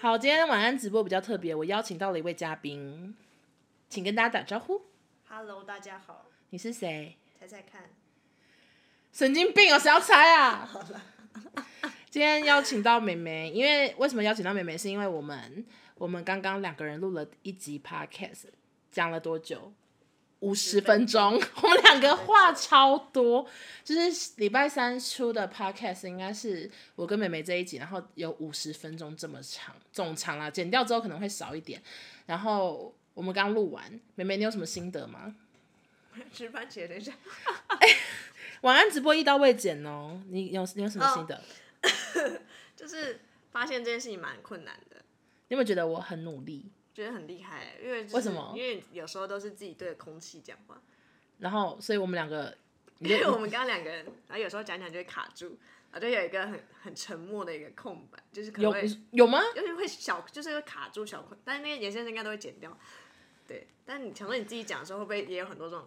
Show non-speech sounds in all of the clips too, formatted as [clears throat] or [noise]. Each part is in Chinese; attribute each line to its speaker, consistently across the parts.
Speaker 1: 好，今天晚安直播比较特别，我邀请到了一位嘉宾，请跟大家打招呼。
Speaker 2: Hello，大家好，
Speaker 1: 你是谁？
Speaker 2: 猜猜看，
Speaker 1: 神经病哦，谁要猜啊？今天邀请到美眉，因为为什么邀请到美眉？是因为我们我们刚刚两个人录了一集 podcast，讲了多久？五十分钟，我们两个话超多。就是礼拜三出的 podcast 应该是我跟美眉这一集，然后有五十分钟这么长，总长啦，剪掉之后可能会少一点。然后我们刚录完，美眉你有什么心得吗？
Speaker 2: [laughs] 吃番茄等一下，
Speaker 1: 晚安直播一刀未剪哦，你有你有什么心得？
Speaker 2: 就是发现这件事情蛮困难的，
Speaker 1: 你有没有觉得我很努力？
Speaker 2: 觉得很厉害，因为、就是、
Speaker 1: 为什么
Speaker 2: 因为有时候都是自己对着空气讲话，
Speaker 1: 然后，所以我们两个，你
Speaker 2: 因为
Speaker 1: 就
Speaker 2: 我们刚刚两个人，然后有时候讲讲就会卡住，然后就有一个很很沉默的一个空白，就是可能
Speaker 1: 有
Speaker 2: 会
Speaker 1: 有吗？
Speaker 2: 就是会小，就是会卡住小空，但是那个眼线应该都会剪掉，对，但你想说你自己讲的时候，会不会也有很多这种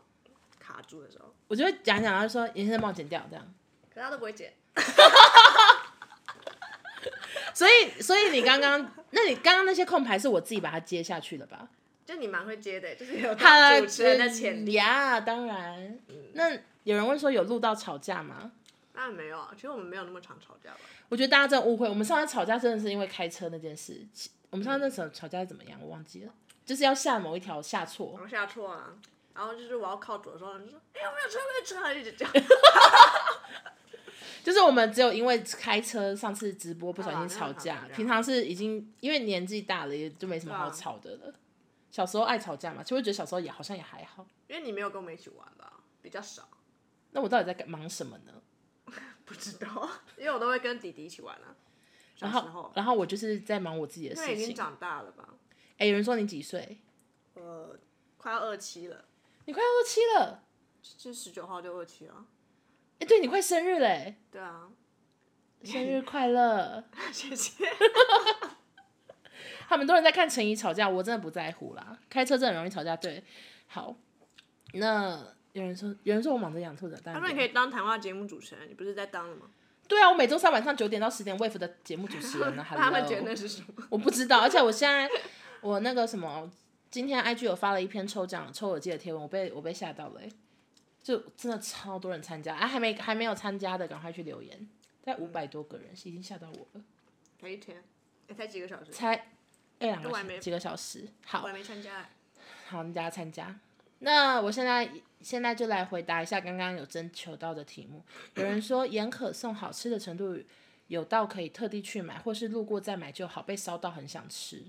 Speaker 2: 卡住的时候？
Speaker 1: 我就会讲一讲，然后就说颜色帮我剪掉这样。
Speaker 2: 可是他都不会剪，
Speaker 1: 所以，所以你刚刚，那你刚刚那些空白是我自己把它接下去的吧？
Speaker 2: 就你蛮会接的，就是有
Speaker 1: 他
Speaker 2: 主持人的潜力。嗯
Speaker 1: 呀，当然。那有人问说有录到吵架吗？
Speaker 2: 当然没有啊，其实我们没有那么常吵架吧。
Speaker 1: 我觉得大家真的误会，我们上次吵架真的是因为开车那件事。其我们上次那吵吵架是怎么样？我忘记了，就是要下某一条下错
Speaker 2: 然。后下错啊，然后就是我要靠左的时候，他就说：“哎、我没有车，没有车。”他就一直这样。
Speaker 1: 就是我们只有因为开车上次直播不小心吵
Speaker 2: 好
Speaker 1: 架
Speaker 2: 啦那还好，
Speaker 1: 平常是已经因为年纪大了，也就没什么好
Speaker 2: 对啊
Speaker 1: 吵的了。小时候爱吵架嘛，其实我觉得小时候也好像也还好。
Speaker 2: [laughs] 因为你没有跟我们一起玩吧，比较少，
Speaker 1: 那我到底在干忙什么呢？
Speaker 2: 不知道， [laughs] 因为我都会跟弟弟一起玩啊。小
Speaker 1: 然
Speaker 2: 时
Speaker 1: 后
Speaker 2: 候，，
Speaker 1: 然后我就是在忙我自己的
Speaker 2: 因为
Speaker 1: 事
Speaker 2: 已经
Speaker 1: 情。
Speaker 2: 长大了吧，
Speaker 1: 哎、有人说你几岁？
Speaker 2: 呃，快要二七了，
Speaker 1: 你快二七了，
Speaker 2: 就十九号就二七了。
Speaker 1: 哎、对你快生日嘞！
Speaker 2: 对啊， [laughs]
Speaker 1: 生日快乐！
Speaker 2: 谢谢。
Speaker 1: 他们都人在看陈怡吵架，我真的不在乎啦。开车真的很容易吵架，对。好，那有人说，有人说我忙着养兔子，当
Speaker 2: 他
Speaker 1: 然
Speaker 2: 说你可以当谈话节目主持人，你不是在当了吗？
Speaker 1: 对啊，我每周三晚上九点到十点 wave 的节目主持人呢，
Speaker 2: 他们
Speaker 1: hello
Speaker 2: 觉得那是什么？
Speaker 1: 我不知道，而且我现在我那个什么，今天 IG 有发了一篇抽奖抽耳机的贴文，我被我被吓到了、欸，就真的超多人参加啊，还没还没有参加的赶快去留言，大概五百多个人，已经吓到我了，
Speaker 2: 才一天，哎才几个小时，
Speaker 1: 才哎两、
Speaker 2: 我还
Speaker 1: 个
Speaker 2: 没
Speaker 1: 几个小时，
Speaker 2: 我
Speaker 1: 好
Speaker 2: 还没参加哎。
Speaker 1: 好，你大家参加。那我现在现在就来回答一下刚刚有征求到的题目。有人说盐可颂好吃的程度有到可以特地去买，或是路过再买就好，被烧到很想吃。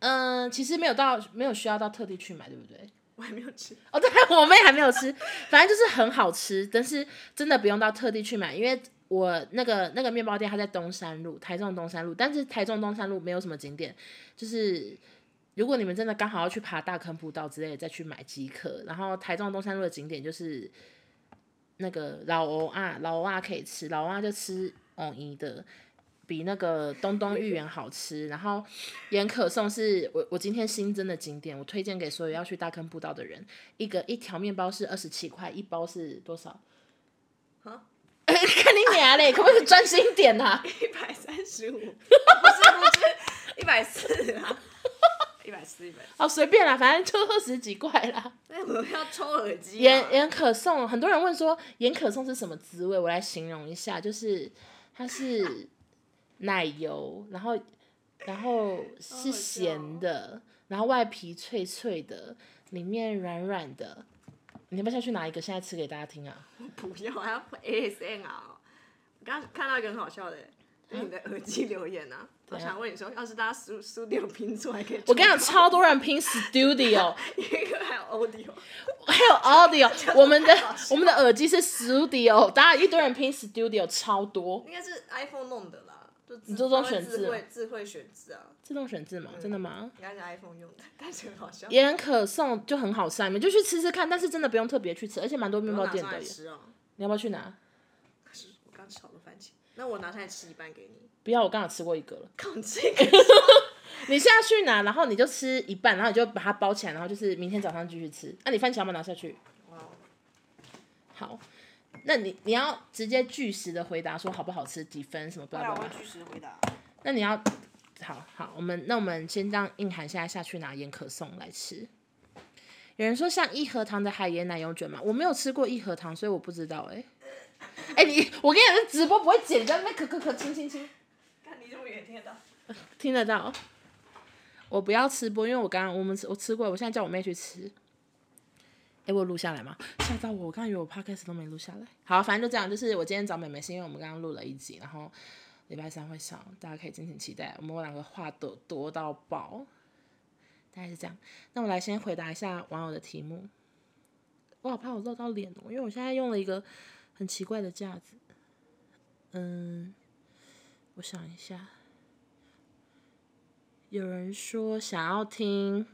Speaker 1: 嗯，其实没有到没有需要到特地去买，对不对？
Speaker 2: 我还没有吃，
Speaker 1: 哦，对， [laughs] 我妹还没有吃，反正就是很好吃，但是真的不用到特地去买，因为我那个那个面包店它在东山路，台中东山路，但是台中东山路没有什么景点，就是如果你们真的刚好要去爬大坑步道之类的，再去买即可。然后台中东山路的景点就是那个老欧啊，老欧啊可以吃，老欧啊就吃藕姨的。比那个东东芋圆好吃，然后盐可颂是我我今天新增的景点，我推荐给所有要去大坑步道的人。一个一条面包是二十七块，一包是多少？
Speaker 2: 啊？
Speaker 1: 看 [laughs] 你娘嘞，可不可以专心一点呐、啊？ [laughs]
Speaker 2: 一百三十五，不 [laughs] 是不是，一百四啊，一百四一百四。
Speaker 1: 哦，随便啦，反正就二十几块啦。
Speaker 2: 那我们要抽耳机啊、
Speaker 1: 盐盐可颂，很多人问说盐可颂是什么滋味，我来形容一下，就是它是奶油，然后然后是咸的，然后外皮脆脆的，里面软软的。你要不要下去拿一个现在吃给大家听啊？
Speaker 2: 不要，还要 ASMR 哦。我刚刚看到一个很好笑的，
Speaker 1: 嗯
Speaker 2: 就是你的耳机留言啊。我想问你说，要是大家 stu- studio 拼出来可以抽到，
Speaker 1: 我跟你讲，超多人拼 studio，
Speaker 2: 一个还有 audio，
Speaker 1: 还有 audio，我们的我们的耳机是 studio，大家一堆人拼 studio 超多，
Speaker 2: 应该是 iPhone 弄的啦。就你
Speaker 1: 说中选字啊
Speaker 2: 智慧智慧选字啊，
Speaker 1: 自动选字吗？真的吗？
Speaker 2: 应该是 iPhone 用的，但是很好笑。
Speaker 1: 也很可颂，就很好吃啊，你们就去吃吃看，但是真的不用特别去吃，而且蛮多面
Speaker 2: 我
Speaker 1: 包
Speaker 2: 拿
Speaker 1: 店
Speaker 2: 上
Speaker 1: 的
Speaker 2: 来
Speaker 1: 耶。
Speaker 2: 吃哦，
Speaker 1: 你要不要去拿？
Speaker 2: 可是我刚炒了番茄，那我拿上来吃一半
Speaker 1: [laughs]
Speaker 2: 给你。
Speaker 1: 不要，我刚好吃过一个了。
Speaker 2: 靠， [laughs] 这个
Speaker 1: 你现在去拿，然后你就吃一半，然后你就把它包起来，然后就是明天早上继续吃。啊那、你番茄要不要拿下去？
Speaker 2: 哇哦，
Speaker 1: 好，那你你要直接据实的回答说好不好吃，几分什么
Speaker 2: 不
Speaker 1: 巴拉巴
Speaker 2: 我
Speaker 1: 拉
Speaker 2: 会。据实回答。
Speaker 1: 那你要好好，我们那我们先这样硬喊下来下去拿盐可颂来吃。有人说像一盒糖的海盐奶油卷嘛，我没有吃过一盒糖，所以我不知道哎、哎、你我跟你讲，这直播不会剪，在那边咳咳咳，亲亲亲，
Speaker 2: 看你这么远听得到？
Speaker 1: 听得到。我不要吃播，因为我刚刚我们吃我吃过，我现在叫我妹去吃。哎、我有录下来吗？吓到我！我刚以为我 podcast 都没录下来。好，反正就这样。就是我今天找美美，是因为我们刚刚录了一集，然后礼拜三会上，大家可以敬请期待。我们两个话多多到爆，大概是这样。那我来先回答一下网友的题目。我好怕我露到脸哦，因为我现在用了一个很奇怪的架子。嗯，我想一下。有人说想要听，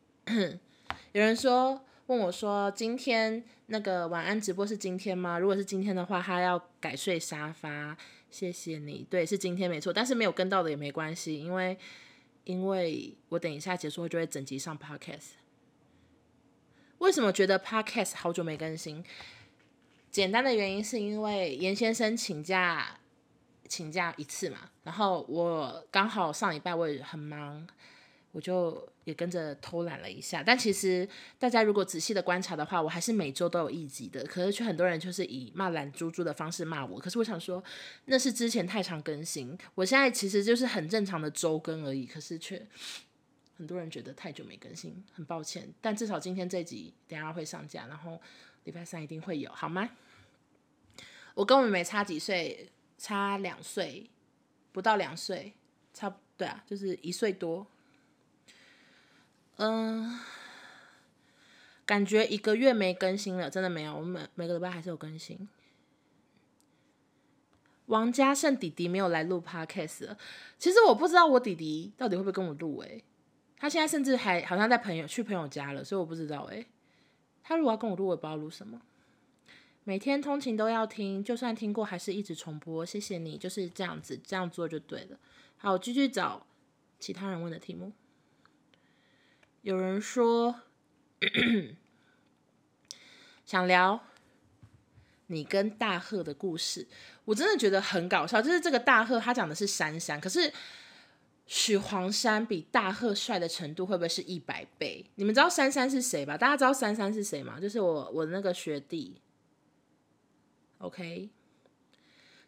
Speaker 1: [clears throat] 有人说问我说今天那个晚安直播是今天吗？如果是今天的话，他要改睡沙发。谢谢你，对，是今天没错，但是没有跟到的也没关系，因为因为我等一下结束后就会整集上 podcast。为什么觉得 podcast 好久没更新？简单的原因是因为严先生请假请假一次嘛，然后我刚好上礼拜我也很忙，我就也跟着偷懒了一下。但其实大家如果仔细的观察的话，我还是每周都有一集的，可是却很多人就是以骂懒猪猪的方式骂我。可是我想说，那是之前太常更新，我现在其实就是很正常的周更而已，可是却。很多人觉得太久没更新，很抱歉，但至少今天这集等一下会上架，然后礼拜三一定会有，好吗？我跟我妹妹差几岁，差两岁，不到两岁，差不对啊，就是一岁多。嗯、感觉一个月没更新了，真的没有，我每每个礼拜还是有更新。王家胜弟弟没有来录 podcast，了其实我不知道我弟弟到底会不会跟我录诶、欸他现在甚至还好像在朋友去朋友家了，所以我不知道诶、他如果要跟我录，我也不知道录什么。每天通勤都要听，就算听过还是一直重播。谢谢你，就是这样子，这样做就对了。好，我继续找其他人问的题目。有人说 [coughs] 想聊你跟大贺的故事，我真的觉得很搞笑。就是这个大贺，他讲的是珊珊，可是许黄山比大贺帅的程度会不会是一百倍？你们知道珊珊是谁吧？大家知道珊珊是谁吗？就是我我那个学弟，OK，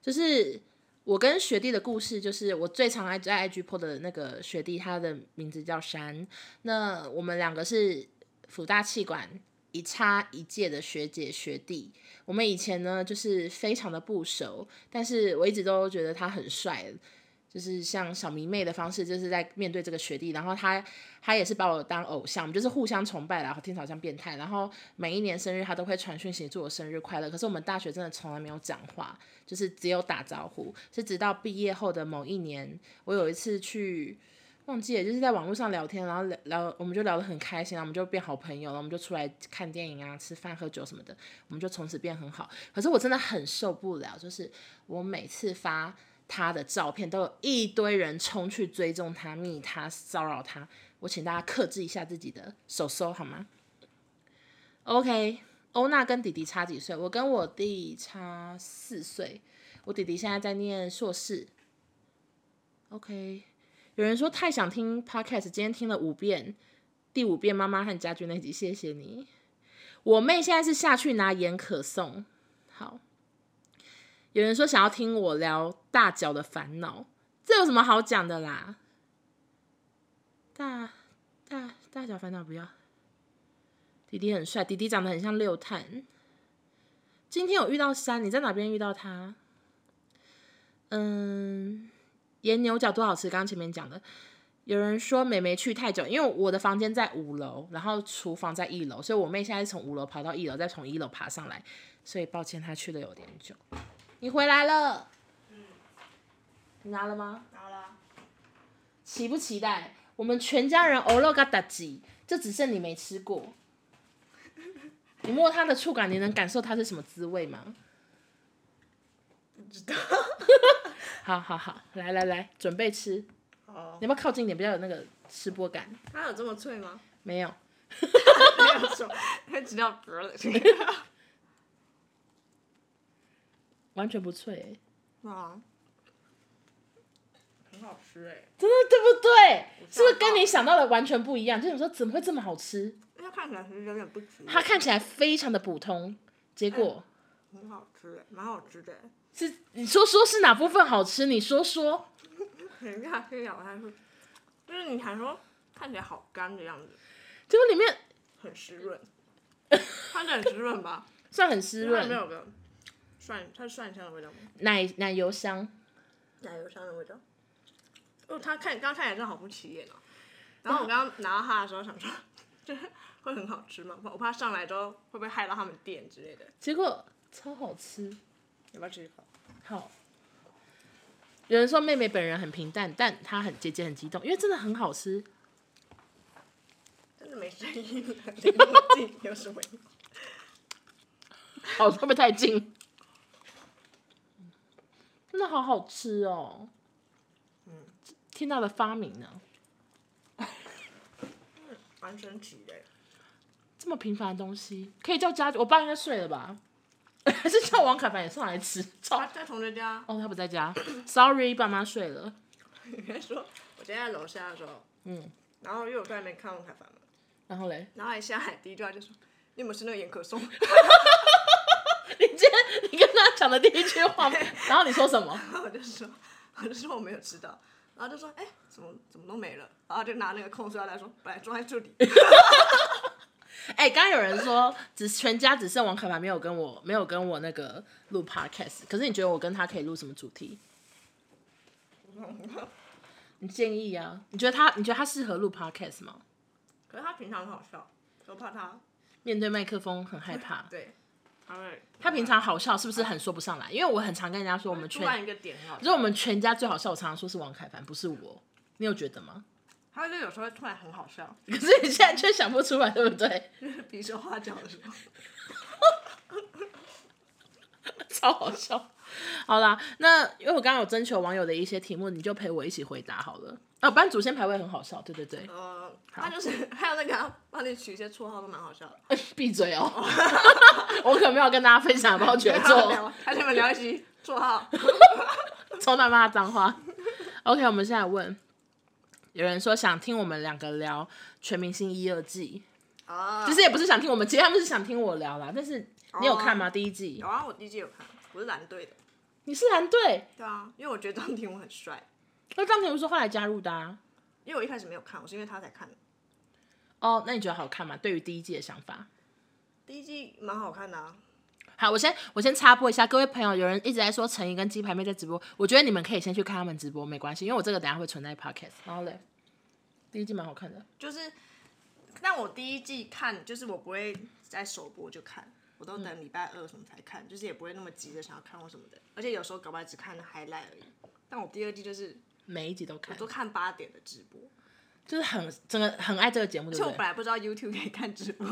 Speaker 1: 就是我跟学弟的故事，就是我最常爱在 IG po 的那个学弟，他的名字叫山。那我们两个是辅大气管一差一届的学姐学弟，我们以前呢就是非常的不熟，但是我一直都觉得他很帅，就是像小迷妹的方式，就是在面对这个学弟，然后他他也是把我当偶像，我们就是互相崇拜啦，然后听起来好像变态，然后每一年生日他都会传讯息祝我生日快乐，可是我们大学真的从来没有讲话，就是只有打招呼，是直到毕业后的某一年，我有一次去。忘记了，就是在网络上聊天，然后聊聊，我们就聊得很开心，然后我们就变好朋友，然后我们就出来看电影啊、吃饭、喝酒什么的，我们就从此变很好。可是我真的很受不了，就是我每次发他的照片，都有一堆人冲去追踪他、密他、骚扰他。我请大家克制一下自己的手手好吗？OK，欧娜跟弟弟差几岁？我跟我弟差四岁，我弟弟现在在念硕士。OK，有人说太想听 Podcast，今天听了五遍，第五遍妈妈和家具那集，谢谢你。我妹现在是下去拿盐可颂。好，有人说想要听我聊大脚的烦恼，这有什么好讲的啦？大大大脚烦恼不要。弟弟很帅，弟弟长得很像六探。今天有遇到山，你在哪边遇到他？嗯，盐牛角多好吃，刚刚前面讲的。有人说美美去太久，因为我的房间在五楼，然后厨房在一楼，所以我妹现在是从五楼爬到一楼，再从一楼爬上来，所以抱歉她去的有点久。你回来了，你拿了吗？
Speaker 2: 好了，
Speaker 1: 期不期待？我们全家人欧肉嘎达吉，就只剩你没吃过。你摸它的触感，你能感受它是什么滋味吗？
Speaker 2: 不知道。
Speaker 1: 好好好，来来来，准备吃。
Speaker 2: 哦，
Speaker 1: 你要不要靠近一点，比较有那个吃播感？
Speaker 2: 它有这么脆 [laughs] 吗？
Speaker 1: 没有，
Speaker 2: 没有说，它只要
Speaker 1: 完全不脆欸、
Speaker 2: 啊，很好吃哎、
Speaker 1: 真的对不对？是不是
Speaker 2: 到
Speaker 1: 跟你想到的完全不一样？就想说怎么会这么好吃？
Speaker 2: 因为它哎看起来其实有点不值，
Speaker 1: 它看起来非常的普通，结果
Speaker 2: 很好吃哎、蛮好吃的、欸。
Speaker 1: 是你说说是哪部分好吃？你说说，
Speaker 2: 人家去咬它会，就是你还说看起来好干的样子，
Speaker 1: 结果里面
Speaker 2: 很
Speaker 1: [laughs]
Speaker 2: 湿润，它很湿润吧？
Speaker 1: 算很湿
Speaker 2: 它里面
Speaker 1: 润，
Speaker 2: 有个蒜，它是蒜香的味道吗？
Speaker 1: 奶奶油香，
Speaker 2: 奶油香的味道。哦，它看刚刚看起来真的好不起眼哦。然后我刚刚拿到它的时候想说，就是 [laughs] 会很好吃吗？我怕上来之后会不会害到他们店之类的。
Speaker 1: 结果超好吃。
Speaker 2: 要不要吃一口？
Speaker 1: 好，有人说妹妹本人很平淡，但她很姐姐很激动，因为真的很好吃。
Speaker 2: 真的没声音 [laughs] 了，离我近有什么用？
Speaker 1: 哦，会不会太近？真的好好吃哦。嗯，天大的发明呢、
Speaker 2: 蛮神奇的欸。
Speaker 1: 这么平凡的东西可以叫家具，我爸应该睡了吧？还是叫王凯凡也上来吃？操！
Speaker 2: 他在同学家，
Speaker 1: 哦，他不在家，sorry，爸妈睡了。
Speaker 2: 你还说我今天在楼下的时候，
Speaker 1: 嗯，
Speaker 2: 然后因为我在那边看王凯凡嘛，
Speaker 1: 然后嘞，
Speaker 2: 然后他一下海第一句话就说：“你有没有吃那个盐可颂 [laughs]
Speaker 1: 你今天你跟他讲的第一句话，然后你说什么？”
Speaker 2: 然后我就说：“ [laughs] 我就说我没有吃到。”然后就说：“哎、怎么怎么都没了？”然后就拿那个空塑料来说：“本来装在这里。
Speaker 1: 哎、刚刚有人说，只全家只剩王凯凡没有跟我没有跟我那个录 podcast，可是你觉得我跟他可以录什么主
Speaker 2: [laughs]
Speaker 1: 题？你建议啊？你觉得他你觉得他适合录 podcast 吗？”
Speaker 2: 可是他平常很好笑，我怕他
Speaker 1: 面对麦克风很害怕。
Speaker 2: 对，他会
Speaker 1: 他平常好笑是不是很说不上来？因为我很常跟人家说我们
Speaker 2: 突
Speaker 1: 全，
Speaker 2: 然一个点很好
Speaker 1: 就是
Speaker 2: 笑，
Speaker 1: 我们全家最好笑，我常常说是王凯凡，不是我。你有觉得吗？ [laughs]
Speaker 2: 他就有时候会突然很好笑， [laughs]
Speaker 1: 可是你现在却想不出来，对不对？
Speaker 2: 就是比手画脚的时候。
Speaker 1: 超好笑。好啦，那因为我刚刚有征求网友的一些题目，你就陪我一起回答好了。哦，班主先排位很好笑，对对
Speaker 2: [laughs]
Speaker 1: 对，
Speaker 2: 呃，他就是还有那个啊帮你取一些绰号都蛮好笑 [laughs] 的，
Speaker 1: 闭嘴哦！ [laughs] 我可没有跟大家分享包绝
Speaker 2: 然后
Speaker 1: 作，
Speaker 2: 聊，还是你们聊一起绰 [laughs] 号。
Speaker 1: 从他骂脏话。OK，我们现在问，有人说想听我们两个聊《全明星一二季》，
Speaker 2: 啊，
Speaker 1: 其实也不是想听我们，其实他们是想听我聊啦。但是你有看吗？第一季
Speaker 2: 有啊，我第一季有看，我是蓝队的。
Speaker 1: 你是蓝队，
Speaker 2: 对啊，因为我觉得张庭武很帅，
Speaker 1: 那张庭不是后来加入的啊？
Speaker 2: 因为我一开始没有看，我是因为他才看的。
Speaker 1: 哦，那你觉得好看吗？对于第一季的想法？
Speaker 2: 第一季蛮好看的啊，
Speaker 1: 好，我先我先插播一下，各位朋友，有人一直在说陈怡跟鸡排妹在直播，我觉得你们可以先去看他们直播，没关系，因为我这个等一下会存在 podcast。然后嘞，第一季蛮好看的，
Speaker 2: 就是，但我第一季看就是我不会在首播就看，我都等礼拜二什么才看，就是也不会那么急着想要看或什么的，而且有时候搞不好只看 highlight 而已。但我第二季就是
Speaker 1: 每一集都看
Speaker 2: 都，看八点的直播，
Speaker 1: 就是很整个很爱这个节目，对
Speaker 2: 就
Speaker 1: 不
Speaker 2: 我本
Speaker 1: 对
Speaker 2: 来不知道 YouTube 可以看
Speaker 1: [laughs]
Speaker 2: 直播，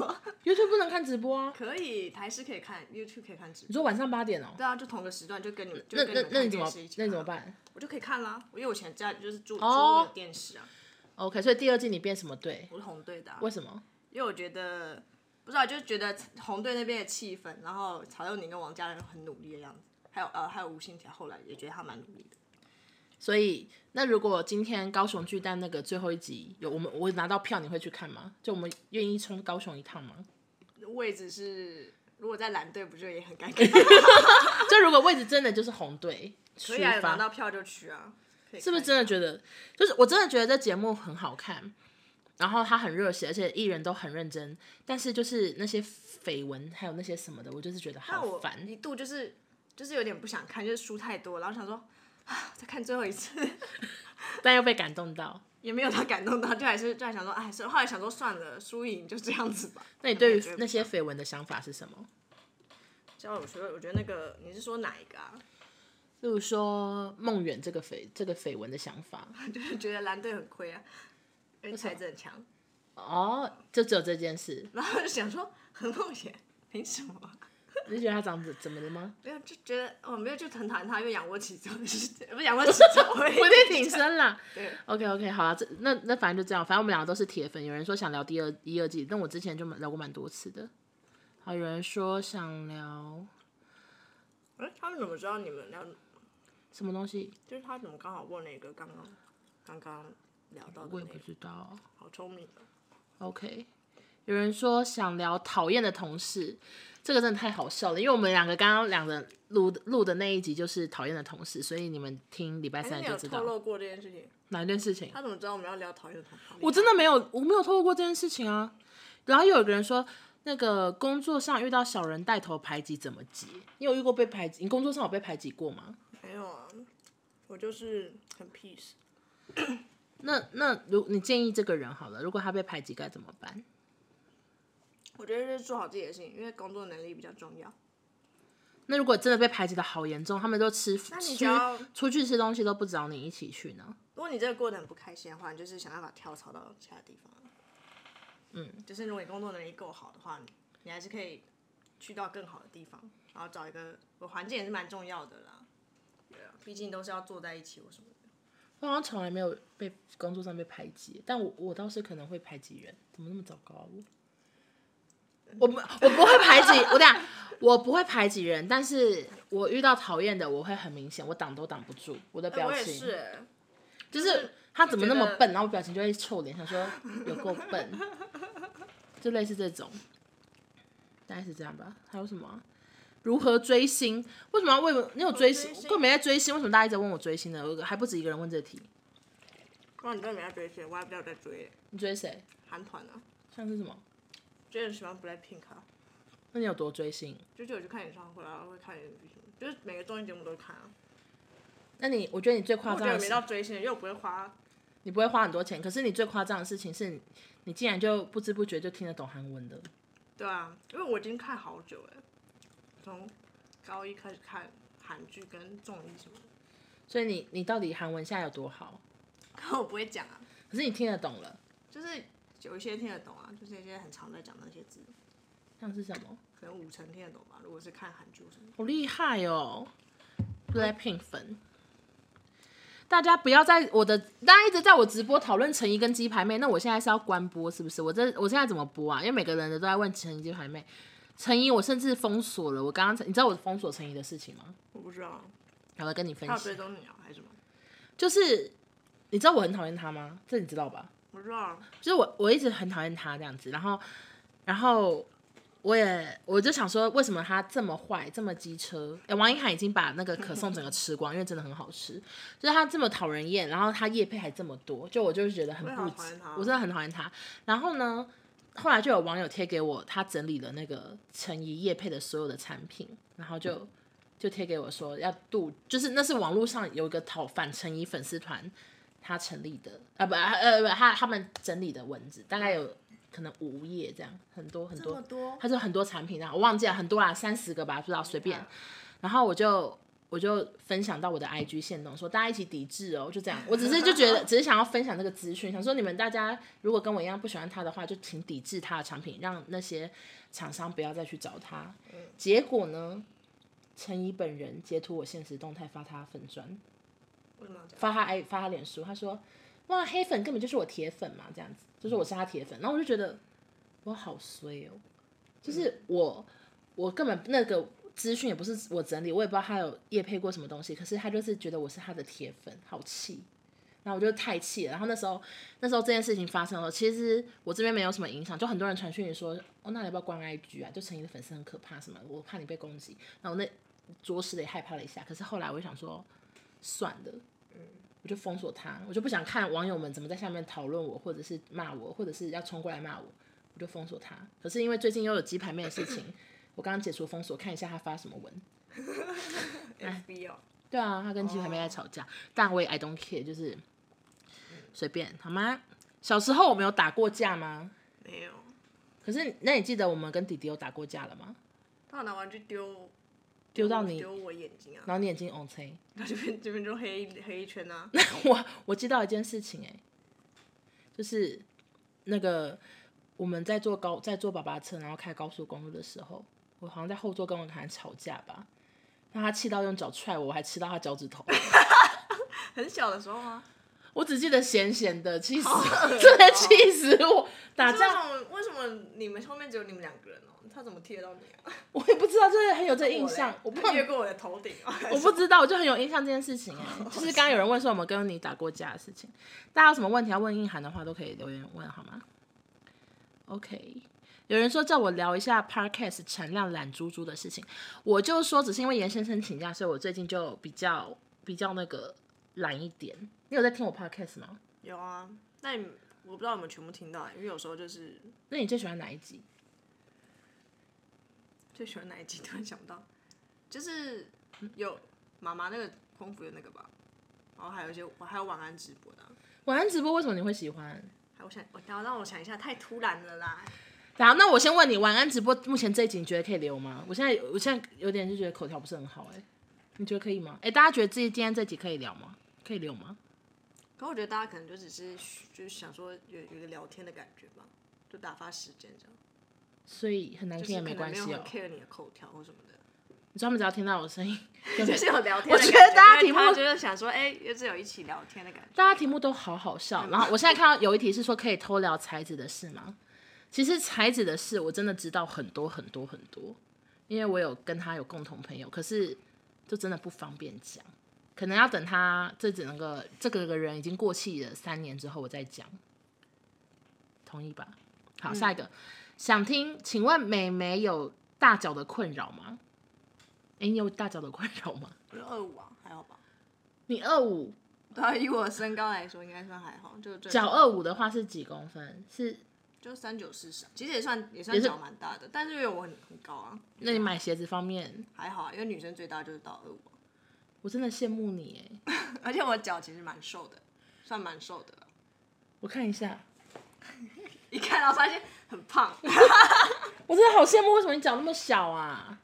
Speaker 1: ？YouTube 不能看直播啊，
Speaker 2: 可以台视可以看，YouTube 可以看直
Speaker 1: 你
Speaker 2: 播。
Speaker 1: 说晚上八点哦、
Speaker 2: 对啊，就同个时段就跟你们，就
Speaker 1: 那
Speaker 2: 跟你
Speaker 1: 那
Speaker 2: 们
Speaker 1: 那你
Speaker 2: 看
Speaker 1: 怎
Speaker 2: 电
Speaker 1: 么
Speaker 2: 视一起
Speaker 1: 那你怎么
Speaker 2: 看啊
Speaker 1: 办
Speaker 2: 我就可以看啦、因为我以前家里就是住住
Speaker 1: 哦
Speaker 2: 那个电视啊，
Speaker 1: ？OK，所以第二季你变什么队？
Speaker 2: 我是红队的、啊，
Speaker 1: 为什么？
Speaker 2: 因为我觉得不知道，就是觉得红队那边的气氛，然后曹佑宁跟王家人很努力的样子，还有呃还有吴欣婷，后来也觉得他蛮努力的。
Speaker 1: 所以，那如果今天高雄巨蛋那个最后一集有我们我拿到票，你会去看吗？就我们愿意冲高雄一趟吗？ [laughs]
Speaker 2: 位置是如果在蓝队，不就也 [laughs] 很尴尬？
Speaker 1: 就如果位置真的就是红队出
Speaker 2: 可以啊，有拿
Speaker 1: 发，
Speaker 2: 到票就去啊，可以
Speaker 1: 是不是
Speaker 2: 看
Speaker 1: 真的觉得就是我真的觉得这节目很好看，然后它很热血，而且艺人都很认真，但是就是那些绯闻还有那些什么的，我就是觉得
Speaker 2: 但
Speaker 1: 好
Speaker 2: 我
Speaker 1: 烦。
Speaker 2: 一度就是就是有点不想看，就是输太多，然后想说啊再看最后一次，
Speaker 1: 但又被感动到。
Speaker 2: 也没有他感动到，就还是就还想说哎，是后来想说算了，输赢就这样子 [laughs] 吧。
Speaker 1: 那你对
Speaker 2: 我觉
Speaker 1: 于
Speaker 2: 得
Speaker 1: 那些绯闻的想法是什么？
Speaker 2: 这样我觉得我觉得那个你是说哪一个啊？
Speaker 1: 例如说梦远这个绯这个绯闻的想法，
Speaker 2: [laughs] 就是觉得蓝队很亏啊，因为才子很强。
Speaker 1: 哦，就只有这件事，
Speaker 2: 然后就想说很冒险，凭什么啊？
Speaker 1: 你觉得他长得怎么了吗？
Speaker 2: 没有就觉得哦，没有就很讨厌他，因为仰卧起坐的事情，不是仰 [laughs] 卧起坐， [laughs]
Speaker 1: 我得 [laughs] 挺身啦。
Speaker 2: 对
Speaker 1: OK OK，好啊，这那那反正就这样，反正我们两个都是铁粉。有人说想聊第二一二季，但我之前就聊过蛮多次的。好，有人说想聊
Speaker 2: 哎，他们怎么知道你们要？
Speaker 1: 什么东西？
Speaker 2: 就是他怎么刚好问了一个刚刚？刚刚聊到的
Speaker 1: 我
Speaker 2: 内
Speaker 1: 也不
Speaker 2: 容，
Speaker 1: 知道。
Speaker 2: 好聪明哦。
Speaker 1: OK，有人说想聊讨厌的同事，这个真的太好笑了，因为我们两个刚刚两个录录的那一集就是讨厌的同事，所以你们听礼拜
Speaker 2: 还是
Speaker 1: 三
Speaker 2: 哎你
Speaker 1: 就
Speaker 2: 有
Speaker 1: 知
Speaker 2: 透
Speaker 1: 道
Speaker 2: 露过这件事情？
Speaker 1: 哪一件事情。啊
Speaker 2: 他怎么知道我们要聊讨厌的同事？
Speaker 1: 我真的没有，我没有透露过这件事情啊。然后又有个人说，那个工作上遇到小人带头排挤怎么挤？你有遇过被排挤？你工作上有被排挤过吗？
Speaker 2: 没有啊，我就是很 peace。
Speaker 1: 那那如你建议这个人好了，如果他被排挤该怎么办？
Speaker 2: 我觉得就是做好自己的事情，因为工作能力比较重要。
Speaker 1: 那如果真的被排挤的好严重，他们都吃
Speaker 2: 那你
Speaker 1: 出
Speaker 2: 只要
Speaker 1: 出去吃东西都不找你一起去呢？
Speaker 2: 如果你这个过得很不开心的话，你就是想办法跳槽到其他地方。嗯，就是如果你工作能力够好的话，你你还是可以去到更好的地方，然后找一个，我环境也是蛮重要的啦。对啊，毕竟都是要坐在一起或什么的。
Speaker 1: 我好像从来没有被工作上被排挤，但我我倒是可能会排挤人，怎么那么糟糕啊、我我不我不会排挤，我等下我不会排挤人，但是我遇到讨厌的，我会很明显，我挡都挡不住我的表
Speaker 2: 我也
Speaker 1: 情，
Speaker 2: 是、欸，
Speaker 1: 就是他怎么那
Speaker 2: 就
Speaker 1: 么
Speaker 2: 觉得
Speaker 1: 笨，然后我表情就会臭脸，想说有够笨，就类似这种，大概是这样吧。还有什么啊、如何追星？为什么要问？你有追星？
Speaker 2: 追星
Speaker 1: 根本没在追星，为什么大家一直问我追星呢？我还不止一个人问这题。
Speaker 2: 哇，你真的没在追谁？我还不知道在追
Speaker 1: 你追谁？
Speaker 2: 韩团啊，
Speaker 1: 像是什么？
Speaker 2: 就很喜欢 BLACKPINK 啊，
Speaker 1: 那你有多追星？
Speaker 2: 就是有去看演唱会啊，会看 MV 什么，就是每个综艺节目都看啊。
Speaker 1: 那你我觉得你最
Speaker 2: 我
Speaker 1: 夸
Speaker 2: 觉
Speaker 1: 张
Speaker 2: 得
Speaker 1: 的
Speaker 2: 没
Speaker 1: 是，
Speaker 2: 到追星，因为我不会花
Speaker 1: 你不会花很多钱，可是你最夸张的事情是你，你竟然就不知不觉就听得懂韩文的。
Speaker 2: 对啊，因为我已经看好久了，从高一开始看韩剧跟综艺什么的，
Speaker 1: 所以你你到底韩文现在有多好？
Speaker 2: 可我不会讲啊， [laughs]
Speaker 1: 可是你听得懂了，
Speaker 2: 就是有一些听得懂啊，就是一些很常在讲的那些字，
Speaker 1: 像是什么？
Speaker 2: 可能五成听得懂吧。如果是看韩剧什么的，
Speaker 1: 好厉害哦，Blackpink 粉。大家不要在我的，大家一直在我直播讨论陈怡跟鸡排妹，那我现在是要关播是不是？我这我现在怎么播啊？因为每个人的都在问陈怡鸡排妹，陈怡我甚至封锁了，我刚刚你知道我封锁陈怡的事情吗？
Speaker 2: 我不知道，
Speaker 1: 然后跟你分
Speaker 2: 他有
Speaker 1: 享
Speaker 2: 追，踪你啊还是什么？
Speaker 1: 就是你知道我很讨厌他吗？这你知道吧？
Speaker 2: 不知道，啊
Speaker 1: 就是我我一直很讨厌他这样子，然后然后我也我就想说，为什么他这么坏，这么机车？哎、王一涵已经把那个可颂整个吃光，因为真的很好吃。就是他这么讨人厌，然后他叶配还这么多，就我就是觉得很
Speaker 2: 也
Speaker 1: 不
Speaker 2: 好
Speaker 1: 值
Speaker 2: 讨厌他哦，
Speaker 1: 我真的很讨厌他。然后呢，后来就有网友贴给我他整理的那个陈怡叶配的所有的产品，然后就。就贴给我说要杜，就是那是网络上有一个讨反陈怡粉丝团，他成立的啊不啊呃不他他们整理的文字大概有可能五页这样，很多很
Speaker 2: 这
Speaker 1: 多
Speaker 2: 么，多，
Speaker 1: 他就很多产品啊，我忘记了很多啦，三十个吧，不知道随便。然后我就我就分享到我的 IG 线动，说大家一起抵制哦，就这样。我只是就觉得，只是想要分享这个资讯，想说你们大家如果跟我一样不喜欢他的话，就请抵制他的产品，让那些厂商不要再去找他。结果呢，陈怡本人截图我现实动态发他粉砖，
Speaker 2: 为什么要讲？
Speaker 1: 发他 I 发他脸书，他说哇黑粉根本就是我铁粉嘛，这样子，就是我是他铁粉，然后我就觉得我好衰哦，就是我我根本那个资讯也不是我整理，我也不知道他有夜配过什么东西，可是他就是觉得我是他的铁粉，好气。然后我就太气了，然后那时候，那时候这件事情发生的时候，其实我这边没有什么影响，就很多人传讯息说，哦，那你要不要关 IG 啊？就陈怡的粉丝很可怕什么，我怕你被攻击。然后我那着实的也害怕了一下，可是后来我就想说，算了，我就封锁他，我就不想看网友们怎么在下面讨论我，或者是骂我，或者是要冲过来骂我，我就封锁他。可是因为最近又有鸡排妹的事情，我刚刚解除封锁，看一下他发什么文。
Speaker 2: FB 哦，
Speaker 1: 对啊，他跟鸡排妹在吵架，但我也 I don't care，就是随便好吗？小时候我们有打过架吗？
Speaker 2: 没有，
Speaker 1: 可是那你记得我们跟弟弟有打过架了吗？
Speaker 2: 他拿玩具丢
Speaker 1: 丢到你，
Speaker 2: 丢我眼睛啊，
Speaker 1: 然后你眼睛 O C。
Speaker 2: 然后这边这边就黑一黑一圈啊，
Speaker 1: 我我知道一件事情、哎，就是那个我们在坐高在坐爸爸车，然后开高速公路的时候，我好像在后座跟我男孩吵架吧，让他气到用脚踹我，我还吃到他脚趾头。
Speaker 2: 很小的时候吗？啊
Speaker 1: 我只记得咸咸的，气死
Speaker 2: 好恶
Speaker 1: 我，
Speaker 2: 哦
Speaker 1: 真的气死我！打
Speaker 2: 啊这
Speaker 1: 架
Speaker 2: 种为什么你们后面只有你们两个人哦？他怎么贴到你啊？
Speaker 1: 我也不知道，就是很有这印象，我
Speaker 2: 我嘞
Speaker 1: 不
Speaker 2: 他越过我的头顶哦，
Speaker 1: 我不知道，我就很有印象这件事情、哎，就是刚刚有人问说我们跟你打过架的事情，大家有什么问题要问硬涵的话，都可以留言问好吗？OK，有人说叫我聊一下 Podcast 产量懒猪猪的事情，我就说只是因为严先生请假，所以我最近就比较比较那个懒一点。你有在听我 Podcast 吗？
Speaker 2: [laughs] 有啊，那你我不知道有没有全部听到欸，因为有时候就是
Speaker 1: 那你最喜欢哪一集？
Speaker 2: 最喜欢哪一集，突然想不到，就是有妈妈那个空服员那个吧，然后还有一些我还有晚安直播的啊，
Speaker 1: 晚安直播为什么你会喜欢？
Speaker 2: 还有我想我等一下让我想一下，太突然了啦，
Speaker 1: 然啊后那我先问你，晚安直播目前这一集你觉得可以留吗？我现在我现在有点就觉得口条不是很好、哎，你觉得可以吗？哎、大家觉得自己今天这集可以聊吗？可以留吗？
Speaker 2: 可我觉得大家可能就只是就是想说有有一个聊天的感觉吧，就打发时间这样，
Speaker 1: 所以很难
Speaker 2: 就
Speaker 1: 听也
Speaker 2: 是可
Speaker 1: 没
Speaker 2: 能
Speaker 1: 关
Speaker 2: 没
Speaker 1: 系
Speaker 2: 有很
Speaker 1: 哦、
Speaker 2: care 你的口条或什么的。
Speaker 1: [laughs] 你知道他们只要听到我声音，就
Speaker 2: 就是有聊天
Speaker 1: 我
Speaker 2: 的
Speaker 1: 觉
Speaker 2: 感，
Speaker 1: 得大家
Speaker 2: 因为
Speaker 1: 题目
Speaker 2: 他就是想说，哎、就是有一起聊天的感觉。
Speaker 1: 大家题目都好好笑。然后我现在看到有一题是说可以偷聊才子的事吗？其实才子的事我真的知道很多很多很多，因为我有跟他有共同朋友，可是就真的不方便讲，可能要等他这整个这个人已经过气了三年之后我再讲，同意吧？好，下一个、想听，请问美眉有大脚的困扰吗？哎、你有大脚的困扰吗？
Speaker 2: 我就二五啊，还好吧。
Speaker 1: 你二五
Speaker 2: [laughs] 对啊，以我身高来说，应该算还好，就最
Speaker 1: 脚二五的话是几公分？是
Speaker 2: 就三九四十，其实也算也算
Speaker 1: 也是
Speaker 2: 脚蛮大的，但是因为我很很高啊，
Speaker 1: 那你买鞋子方面，
Speaker 2: 还好啊，因为女生最大就是到二五、啊， [laughs]
Speaker 1: 我真的羡慕你哎！
Speaker 2: 而且我脚其实蛮瘦的，算蛮瘦的了。
Speaker 1: 我看一下，
Speaker 2: 一看到发现很胖，
Speaker 1: 我真的好羡慕，为什么你脚那么小啊？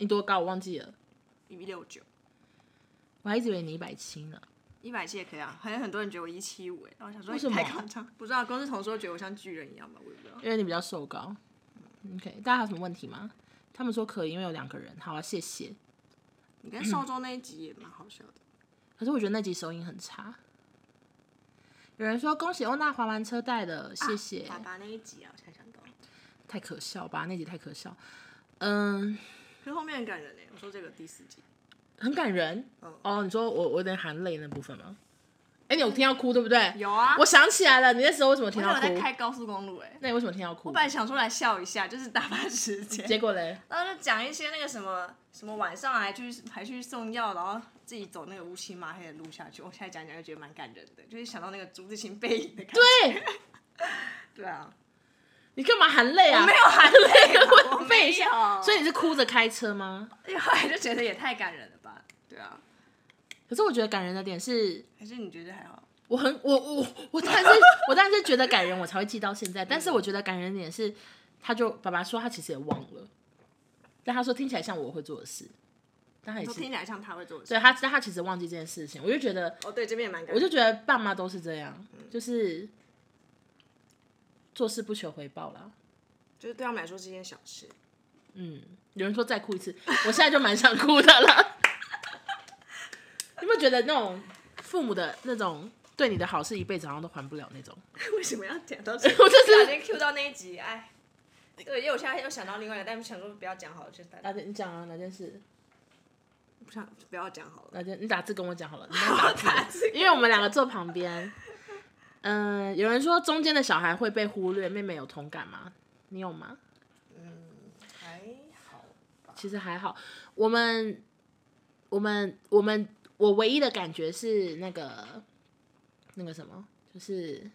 Speaker 1: 你多高？我忘记了，
Speaker 2: 一米六九，
Speaker 1: 我还一直以为你一百七呢。
Speaker 2: 一百七也可以啊。还有很多人觉得我一七五，哎，然后想说
Speaker 1: 为什么啊
Speaker 2: 太夸张，不知道公司同事都觉得我像巨人一样吧，我也不知道。
Speaker 1: 因为你比较瘦高。OK，大家还有什么问题吗？他们说可以，因为有两个人。好啊，谢谢。
Speaker 2: 你跟少周那一集也蛮好笑的，
Speaker 1: 可是我觉得那集收音很差。有人说恭喜欧娜还完车贷了，谢谢。
Speaker 2: 爸爸那一集啊，我才想到。
Speaker 1: 太可笑吧，那集太可笑。嗯，
Speaker 2: 可是后面很感人欸呢、我说这个第四集，
Speaker 1: 很感人。哦，你说我我有点含泪那部分吗？哎、你有听到哭对不对？
Speaker 2: 有啊，
Speaker 1: 我想起来了，你那时候为什么听
Speaker 2: 我
Speaker 1: 到
Speaker 2: 有
Speaker 1: 哭？
Speaker 2: 在开高速公路哎、
Speaker 1: 那你为什么听到哭
Speaker 2: 我本？来想出来笑一下，就是打发时
Speaker 1: [laughs]
Speaker 2: 间，
Speaker 1: 结果嘞，
Speaker 2: 然后就讲一些那个什么什么晚上还去还去送药，然后自己走那个乌漆麻黑的路下去。我现在讲讲就觉得蛮感人的，就是想到那个朱自清背影的感觉。
Speaker 1: 对
Speaker 2: 对啊，
Speaker 1: 你干嘛含泪啊？
Speaker 2: 没有含
Speaker 1: [laughs]
Speaker 2: 泪啊，我
Speaker 1: 我背
Speaker 2: 没
Speaker 1: 一
Speaker 2: 有，
Speaker 1: 下，所以你是哭着开车吗？
Speaker 2: 以后来就觉得也太感人了吧？对啊，
Speaker 1: 可是我觉得感人的点是，
Speaker 2: 还是你觉得还好？
Speaker 1: 我很我我我当然是 [laughs] 我当然是觉得感人，我才会记到现在。但是我觉得感人的点是，他就爸爸说他其实也忘了，但他说听起来像我会做的事，但他也
Speaker 2: 都
Speaker 1: 是
Speaker 2: 听起来像他会做的事。
Speaker 1: 对他，但他其实忘记这件事情，我就觉得
Speaker 2: 哦，对，这边也蛮感
Speaker 1: 我
Speaker 2: 人。
Speaker 1: 就觉得爸妈都是这样，就是做事不求回报啦。
Speaker 2: 就是对他们来说是一件小事。 [laughs]
Speaker 1: 嗯，有人说再哭一次，我现在就蛮想哭的了。 [laughs] 你有没有觉得那种父母的那种对你的好是一辈子好像都还不了那种？？
Speaker 2: 为什么要讲到这
Speaker 1: [laughs] 我就
Speaker 2: 不
Speaker 1: 是
Speaker 2: 小心 Q 到那一集，哎，对，因为我现在又想到另外一个，但想说不要讲好了，就大家
Speaker 1: 哪件你讲啊？哪件事？
Speaker 2: 不想不要讲好了。
Speaker 1: 哪件？你打字跟我讲好 [laughs] 了。你帮我打字
Speaker 2: 打字
Speaker 1: 因为我们两个坐旁边。嗯、有人说中间的小孩会被忽略，妹妹有同感吗？你有吗？
Speaker 2: 还好吧，
Speaker 1: 其实还好，我们我们我们我唯一的感觉是那个那个什么，就是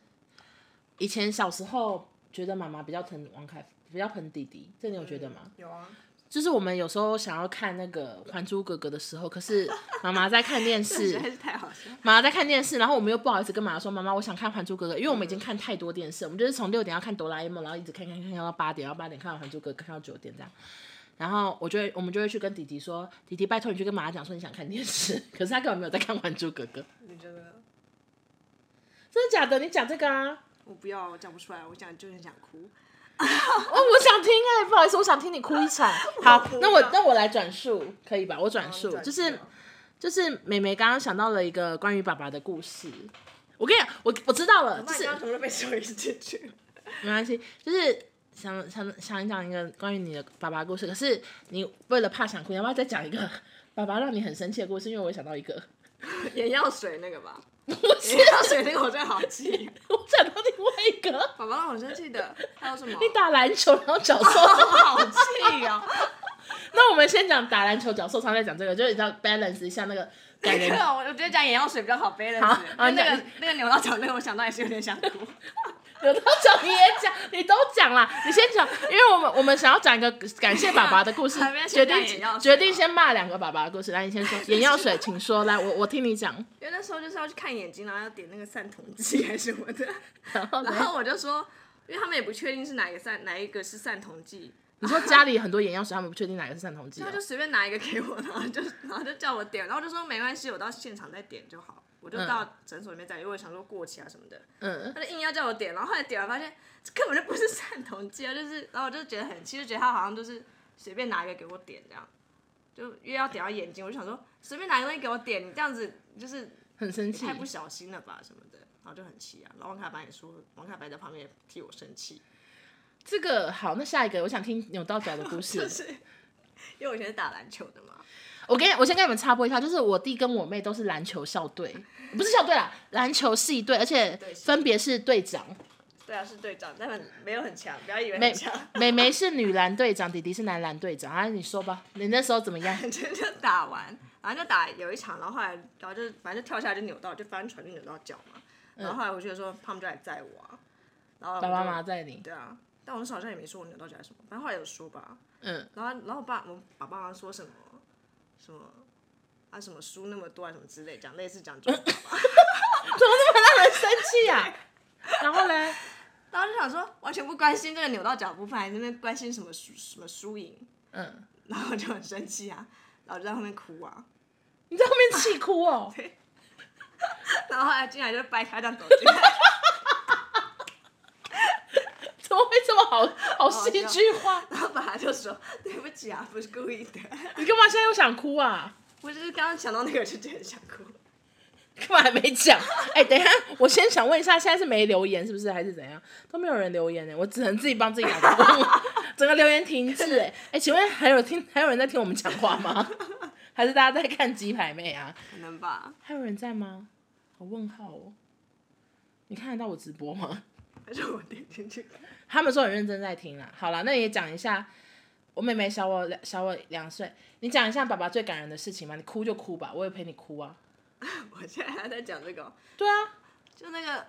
Speaker 1: 以前小时候觉得妈妈比较疼王凯，比较疼弟弟，这你有觉得吗？
Speaker 2: 有啊，
Speaker 1: 就是我们有时候想要看那个《还珠格格》的时候，可是妈妈在看电视
Speaker 2: 实，在是太好笑。
Speaker 1: 妈妈在看电视，然后我们又不好意思跟妈妈说，妈妈我想看《还珠格格》，因为我们已经看太多电视，我们就是从六点要看哆啦 A 梦，然后一直看看看看到八点，然后八点看到《还珠格格》，看到九点这样。然后我就会，我们就会去跟弟弟说，弟弟拜托你去跟妈妈讲说你想看电视，可是他根本没有在看《还珠格格》，
Speaker 2: 你觉得？
Speaker 1: 真的假的？你讲这个啊？
Speaker 2: 我不要，我讲不出来，我讲就很想哭。
Speaker 1: 哦，我想听哎、不好意思，我想听你哭一场。好
Speaker 2: 不，
Speaker 1: 那我
Speaker 2: 要
Speaker 1: 那我来转述，可以吧？我转述，
Speaker 2: 转
Speaker 1: 就
Speaker 2: 述
Speaker 1: 是
Speaker 2: 啊
Speaker 1: 就是美美刚刚想到了一个关于爸爸的故事，我跟你讲，我我知道了，就
Speaker 2: 那你
Speaker 1: 是
Speaker 2: 刚刚全部都被收一次
Speaker 1: [laughs]
Speaker 2: 进去。
Speaker 1: 没关系，就是想想想讲一个关于你的爸爸故事。可是你为了怕想哭，你要不要再讲一个爸爸让你很生气的故事？因为我也想到一个，
Speaker 2: 眼药水那个吧，
Speaker 1: 不是
Speaker 2: 眼，药水那个我真的好气，
Speaker 1: 我想到另外一个，
Speaker 2: 宝宝让我生气的还有什么？
Speaker 1: 你打篮球然后脚受
Speaker 2: 我好气 [laughs] 哦！
Speaker 1: [laughs] 那我们先讲打篮球脚受伤，再讲这个，就是你知道 balance 一下
Speaker 2: [laughs]
Speaker 1: 那个感
Speaker 2: 那
Speaker 1: 人。
Speaker 2: 个我我觉得讲眼药水比较好背的
Speaker 1: 好
Speaker 2: 是，
Speaker 1: 好
Speaker 2: 因为那
Speaker 1: 你
Speaker 2: 个
Speaker 1: 讲
Speaker 2: 那个扭到脚那个，我想到也是有点想哭。
Speaker 1: 有到讲你也讲，你都讲啦，你先讲，因为我们我们想要讲一个感谢爸爸的故事
Speaker 2: 还没，有
Speaker 1: 决
Speaker 2: 先讲
Speaker 1: 定
Speaker 2: 眼药水
Speaker 1: 决定
Speaker 2: 哦
Speaker 1: 先骂两个爸爸的故事。来，你先说眼药水，请说。来，我我听你讲。 [laughs]
Speaker 2: 因为那时候就是要去看眼睛，然后要点那个散瞳剂还是什
Speaker 1: [laughs]
Speaker 2: 么的，
Speaker 1: 然后
Speaker 2: 然
Speaker 1: 呢？
Speaker 2: 后我就说，因为他们也不确定是哪一个散哪一个是散瞳剂，
Speaker 1: 你说家里很多眼药水，他们不确定哪个是散瞳剂、
Speaker 2: 他
Speaker 1: 哦
Speaker 2: 就。随便拿一个给我，然后就然后就叫我点，然后我就说没关系，我到现场再点就好。我就
Speaker 1: 嗯
Speaker 2: 到诊所里面再，因为我想说过期啊什么的，
Speaker 1: 嗯，
Speaker 2: 他就硬要叫我点，然后后来点了发现这根本就不是散瞳剂啊，就是，然后我就觉得很气，就觉得他好像就是随便拿一个给我点这样，就越要点到眼睛，我就想说随便拿一个东西给我点，你这样子就是
Speaker 1: 很生气
Speaker 2: 太。不小心了吧什么的，然后就很气啊。然后王凯白也说，王凯白在旁边也替我生气，
Speaker 1: 这个好，那下一个我想听扭到脚的故事
Speaker 2: [laughs] 就。是因为我以前是打篮球的嘛，
Speaker 1: 我跟你我先跟你们插播一下，就是我弟跟我妹都是篮球校队，不是校队啦，篮球系队，而且
Speaker 2: 对系
Speaker 1: 分别是队长。
Speaker 2: 对啊是队长，但很没有很强，不要以为
Speaker 1: 妹
Speaker 2: 很强， [laughs]
Speaker 1: 妹妹是女篮队长，弟弟是男篮队长。啊，你说吧，你那时候怎么
Speaker 2: [laughs]
Speaker 1: 样？
Speaker 2: 反正就打完，然后就打有一场，然后后来然后就反正就跳下来就扭到，就翻船就扭到脚嘛。然后后来回去的时候，他们就来载我啊。然后我
Speaker 1: 爸爸
Speaker 2: 就
Speaker 1: 嗯妈妈在
Speaker 2: [laughs]
Speaker 1: 你，
Speaker 2: 对啊，但我那时候好像也没说我扭到脚还是什么，反正后来有说吧。
Speaker 1: 嗯，
Speaker 2: 然后然后我爸我爸爸妈妈说什么什么啊什么书那么多啊什么之类，讲类似讲这
Speaker 1: [laughs]
Speaker 2: 种话吧。
Speaker 1: 很生气啊。然后嘞，
Speaker 2: 然后就想说完全不关心这个扭到脚的部分，还在那边关心什么输什么输赢，
Speaker 1: 嗯，
Speaker 2: 然后我就很生气啊，然后就在后面哭啊。
Speaker 1: 你在后面气哭哦。
Speaker 2: [laughs] 然后后来进来就掰开
Speaker 1: [laughs]
Speaker 2: 这样走进来。
Speaker 1: 怎么会这么好好戏
Speaker 2: 哦
Speaker 1: 剧化？
Speaker 2: 然后爸爸就说：“对不起啊，不是故意的，
Speaker 1: 你干嘛现在又想哭啊？
Speaker 2: 我就是刚刚想到那个就觉得很想哭。
Speaker 1: 干嘛还没讲？ [laughs] 哎、等一下，我先想问一下，现在是没留言是不是，还是怎样？都没有人留言呢、欸我只能自己帮自己打工， [laughs] 整个留言停滞哎、哎、请问还有听还有人在听我们讲话吗？ [laughs] 还是大家在看鸡排妹啊？”
Speaker 2: 可能吧，
Speaker 1: 还有人在吗？好问号哦。你看得到我直播吗？
Speaker 2: 还是我点进去看。
Speaker 1: 他们说很认真在听啦。好啦，那也讲一下，我妹妹小我两小我两岁，你讲一下爸爸最感人的事情嘛。你哭就哭吧，我也陪你哭啊。
Speaker 2: 我现在还在讲这个哦，
Speaker 1: 对啊，
Speaker 2: 就那个、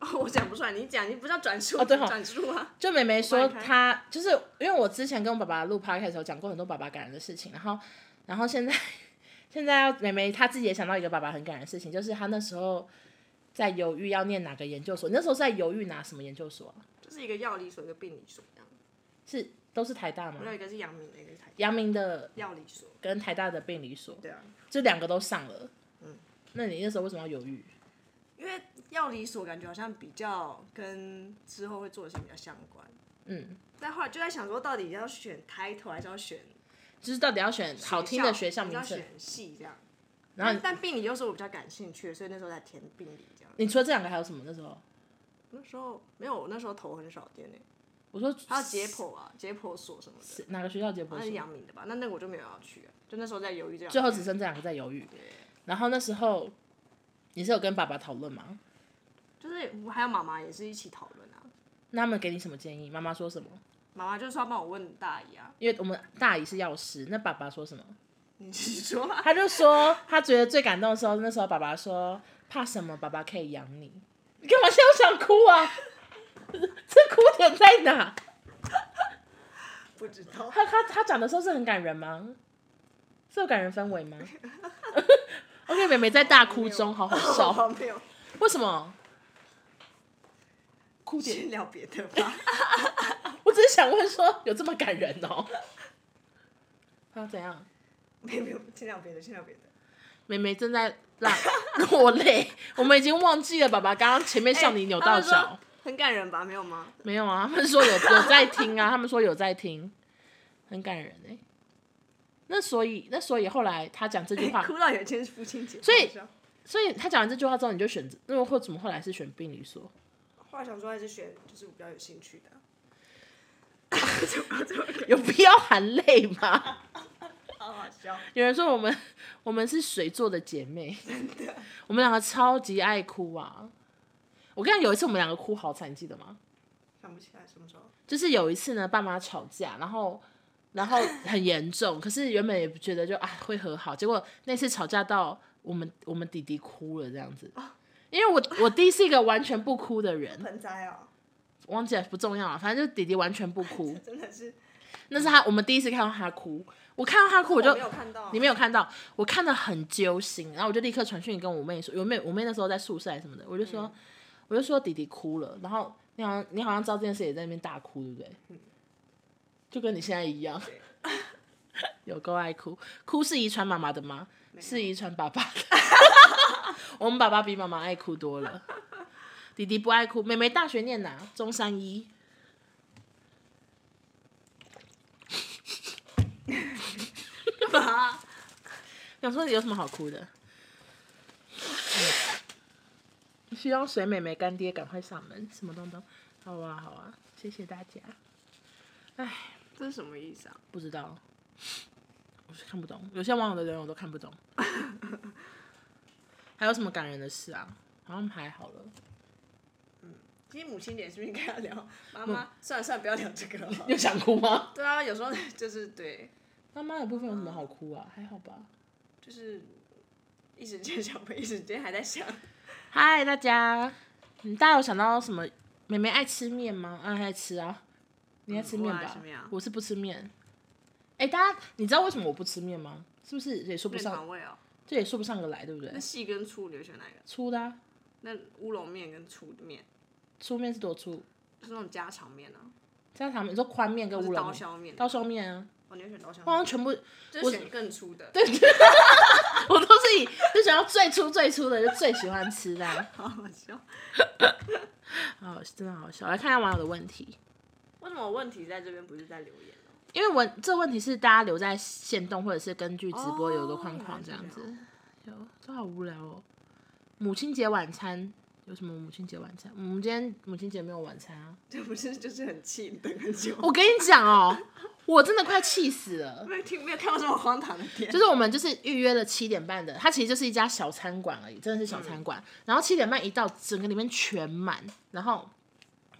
Speaker 2: 哦我讲不出来，你讲，你不是要转述？
Speaker 1: 哦对哦
Speaker 2: [laughs] 转述啊。
Speaker 1: 就妹妹
Speaker 2: 我
Speaker 1: 说
Speaker 2: 帮你开
Speaker 1: 她就是因为我之前跟我爸爸录 podcast 的时候讲过很多爸爸感人的事情，然后然后现在 [laughs] 现在要妹妹她自己也想到一个爸爸很感人的事情，就是她那时候在犹豫要念哪个研究所，你那时候是在犹豫拿什么研究所啊、
Speaker 2: 就是一个药理所，一个病理所这样。
Speaker 1: 是都是台大吗
Speaker 2: 我？有一个是阳明的，一个是台大
Speaker 1: 阳明的
Speaker 2: 药理所。
Speaker 1: 跟台大的病理所，
Speaker 2: 对啊，嗯
Speaker 1: 这两个都上了。那你那时候为什么要犹豫？
Speaker 2: 因为药理所感觉好像比较跟之后会做的事情比较相关。
Speaker 1: 嗯，
Speaker 2: 但后来就在想说，到底要选 title 还是要选
Speaker 1: 就是到底要选好听的学校名
Speaker 2: 要
Speaker 1: 称？
Speaker 2: 选系这样。
Speaker 1: 然后
Speaker 2: 但但病理又是我比较感兴趣的，所以那时候在填病理这样。
Speaker 1: 你除了这两个还有什么？那时候
Speaker 2: 那时候没有，我那时候头很少点呢、
Speaker 1: 我说
Speaker 2: 还有解剖啊，解剖所什么的，
Speaker 1: 哪个学校解剖
Speaker 2: 那是
Speaker 1: 所？
Speaker 2: 阳明的吧？那那个我就没有要去、啊，就那时候在犹豫这样。
Speaker 1: 最后只剩这两个在犹豫。然后那时候你是有跟爸爸讨论吗？
Speaker 2: 就是我还有妈妈也是一起讨论啊，
Speaker 1: 那他们给你什么建议？妈妈说什么？
Speaker 2: 妈妈就说要帮我问大姨啊，
Speaker 1: 因为我们大姨是药师，那爸爸说什么？
Speaker 2: 你自己说啊。
Speaker 1: 他就说他觉得最感动的时候，那时候爸爸说怕什么？爸爸可以养你。你干嘛现在又想哭啊？这哭点在哪？
Speaker 2: 不知
Speaker 1: [laughs]
Speaker 2: 道，
Speaker 1: 他他他讲的时候是很感人吗？是有感人氛围吗 [laughs] ？OK，妹妹在大哭中，好好
Speaker 2: [laughs]
Speaker 1: 笑。
Speaker 2: 好没有，
Speaker 1: 为什么？哭点？
Speaker 2: 先聊别的吧。
Speaker 1: 我只是想问说，有这么感人哦？ [laughs] 啊，怎样？
Speaker 2: 没有没有，先聊别的，先聊别的。
Speaker 1: 妹妹正在 [laughs] 让落泪，我们已经忘记了爸爸刚刚前面笑你扭到
Speaker 2: 哎他们
Speaker 1: 脚
Speaker 2: 说。很感人吧？没有吗？
Speaker 1: 没有啊，他们说有有在听啊，他们说有在听，很感人哎、那所以那所以后来他讲这句话，
Speaker 2: [laughs] 哭到有一天是父亲节，
Speaker 1: 所以
Speaker 2: 好笑
Speaker 1: 所以他讲完这句话之后，你就选择，那为或怎么后来是选病理所？
Speaker 2: 后来想说还是选就是我比较有兴趣的。
Speaker 1: [laughs] 有必要含泪吗？
Speaker 2: 好好笑，
Speaker 1: 有人说我们我们是水做的姐妹，我们两个超级爱哭啊！我跟你讲，有一次我们两个哭好惨，你记得吗？
Speaker 2: 想不起来什么时候。
Speaker 1: 就是有一次呢，爸妈吵架，然后然后很严重，可是原本也觉得就啊会和好，结果那次吵架到我们我们弟弟哭了这样子，因为我我弟是一个完全不哭的人，
Speaker 2: 盆栽哦，
Speaker 1: 忘记了不重要了，反正就弟弟完全不哭，
Speaker 2: 真的是
Speaker 1: 那是他我们第一次看到他哭，我看到他哭我
Speaker 2: 我
Speaker 1: 就
Speaker 2: 没有看到，
Speaker 1: 你没有看到，我看的很揪心，然后我就立刻传讯跟我妹说，我妹我妹那时候在宿舍还是什么的，我就说、我就说弟弟哭了，然后你好像你好像知道这件事也在那边大哭，对不对？就跟你现在一样， [laughs] 有够爱哭，哭是遗传妈妈的吗？是遗传爸爸的， [laughs] 我们爸爸比妈妈爱哭多了，弟弟不爱哭，妹妹大学念哪？中山一。
Speaker 2: 吧？
Speaker 1: 想说有什么好哭的？需要嗯水美眉干爹赶快上门，什么东东？好啊，好啊，谢谢大家。
Speaker 2: 这是什么意思啊？
Speaker 1: 不知道，我是看不懂，有些网友的人我都看不 [laughs] 懂。还有什么感人的事啊？好像还 [laughs] 好了。
Speaker 2: 其实母亲节是不是应该要聊？妈
Speaker 1: 嗯
Speaker 2: 妈，算了算了，不要聊这个了。
Speaker 1: [laughs] 又想哭吗？
Speaker 2: 对啊，有时候就是对，
Speaker 1: 妈妈的部分有什么好哭啊？还好吧。
Speaker 2: 就是一时间想不，一时间还在想。
Speaker 1: 嗨，大家，你嗯大家有想到什么？妹妹爱吃面吗？啊，爱吃啊。你爱吃面
Speaker 2: 我爱
Speaker 1: 吧
Speaker 2: 吃？面啊
Speaker 1: 嗯我是不吃面。哎、大家，你知道为什么我不吃面吗？是不是也说不
Speaker 2: 面
Speaker 1: 上，
Speaker 2: 团味哦，
Speaker 1: 这也说不上个来，对不对
Speaker 2: 那？细跟粗你会选哪一个？
Speaker 1: 粗的、啊，
Speaker 2: 那乌龙面跟粗面，
Speaker 1: 粗面是多粗？
Speaker 2: 就是那种家常面啊，
Speaker 1: 家常面，你说宽面跟
Speaker 2: 或
Speaker 1: 乌
Speaker 2: 是
Speaker 1: 龙
Speaker 2: 刀
Speaker 1: 面、
Speaker 2: 削面。
Speaker 1: 刀削面啊，
Speaker 2: 哦，你会选刀削
Speaker 1: 我好
Speaker 2: 面，
Speaker 1: 像全部 [laughs]
Speaker 2: 就是选更粗的。
Speaker 1: 对，我都是以就想要最粗最粗的，就最喜欢吃的、啊。
Speaker 2: 好好笑。
Speaker 1: [laughs] 好，真的好笑。来看一下网友的问题，
Speaker 2: 为什么问题在这边不是在留言哦？
Speaker 1: 因为我这问题是大家留在线动或者是根据直播有一个框框这样子
Speaker 2: 哦原来，
Speaker 1: 有都好无聊哦。母亲节晚餐有什么母亲节晚餐？我们今天母亲节没有晚餐啊！
Speaker 2: 这不是就是很气，等很久。
Speaker 1: [laughs] 我跟你讲哦，我真的快气死了。
Speaker 2: [laughs] 没有听，没有看到这么荒唐的点。
Speaker 1: 就是我们就是预约了七点半的，它其实就是一家小餐馆而已，真的是小餐馆。然后七点半一到，整个里面全满，然后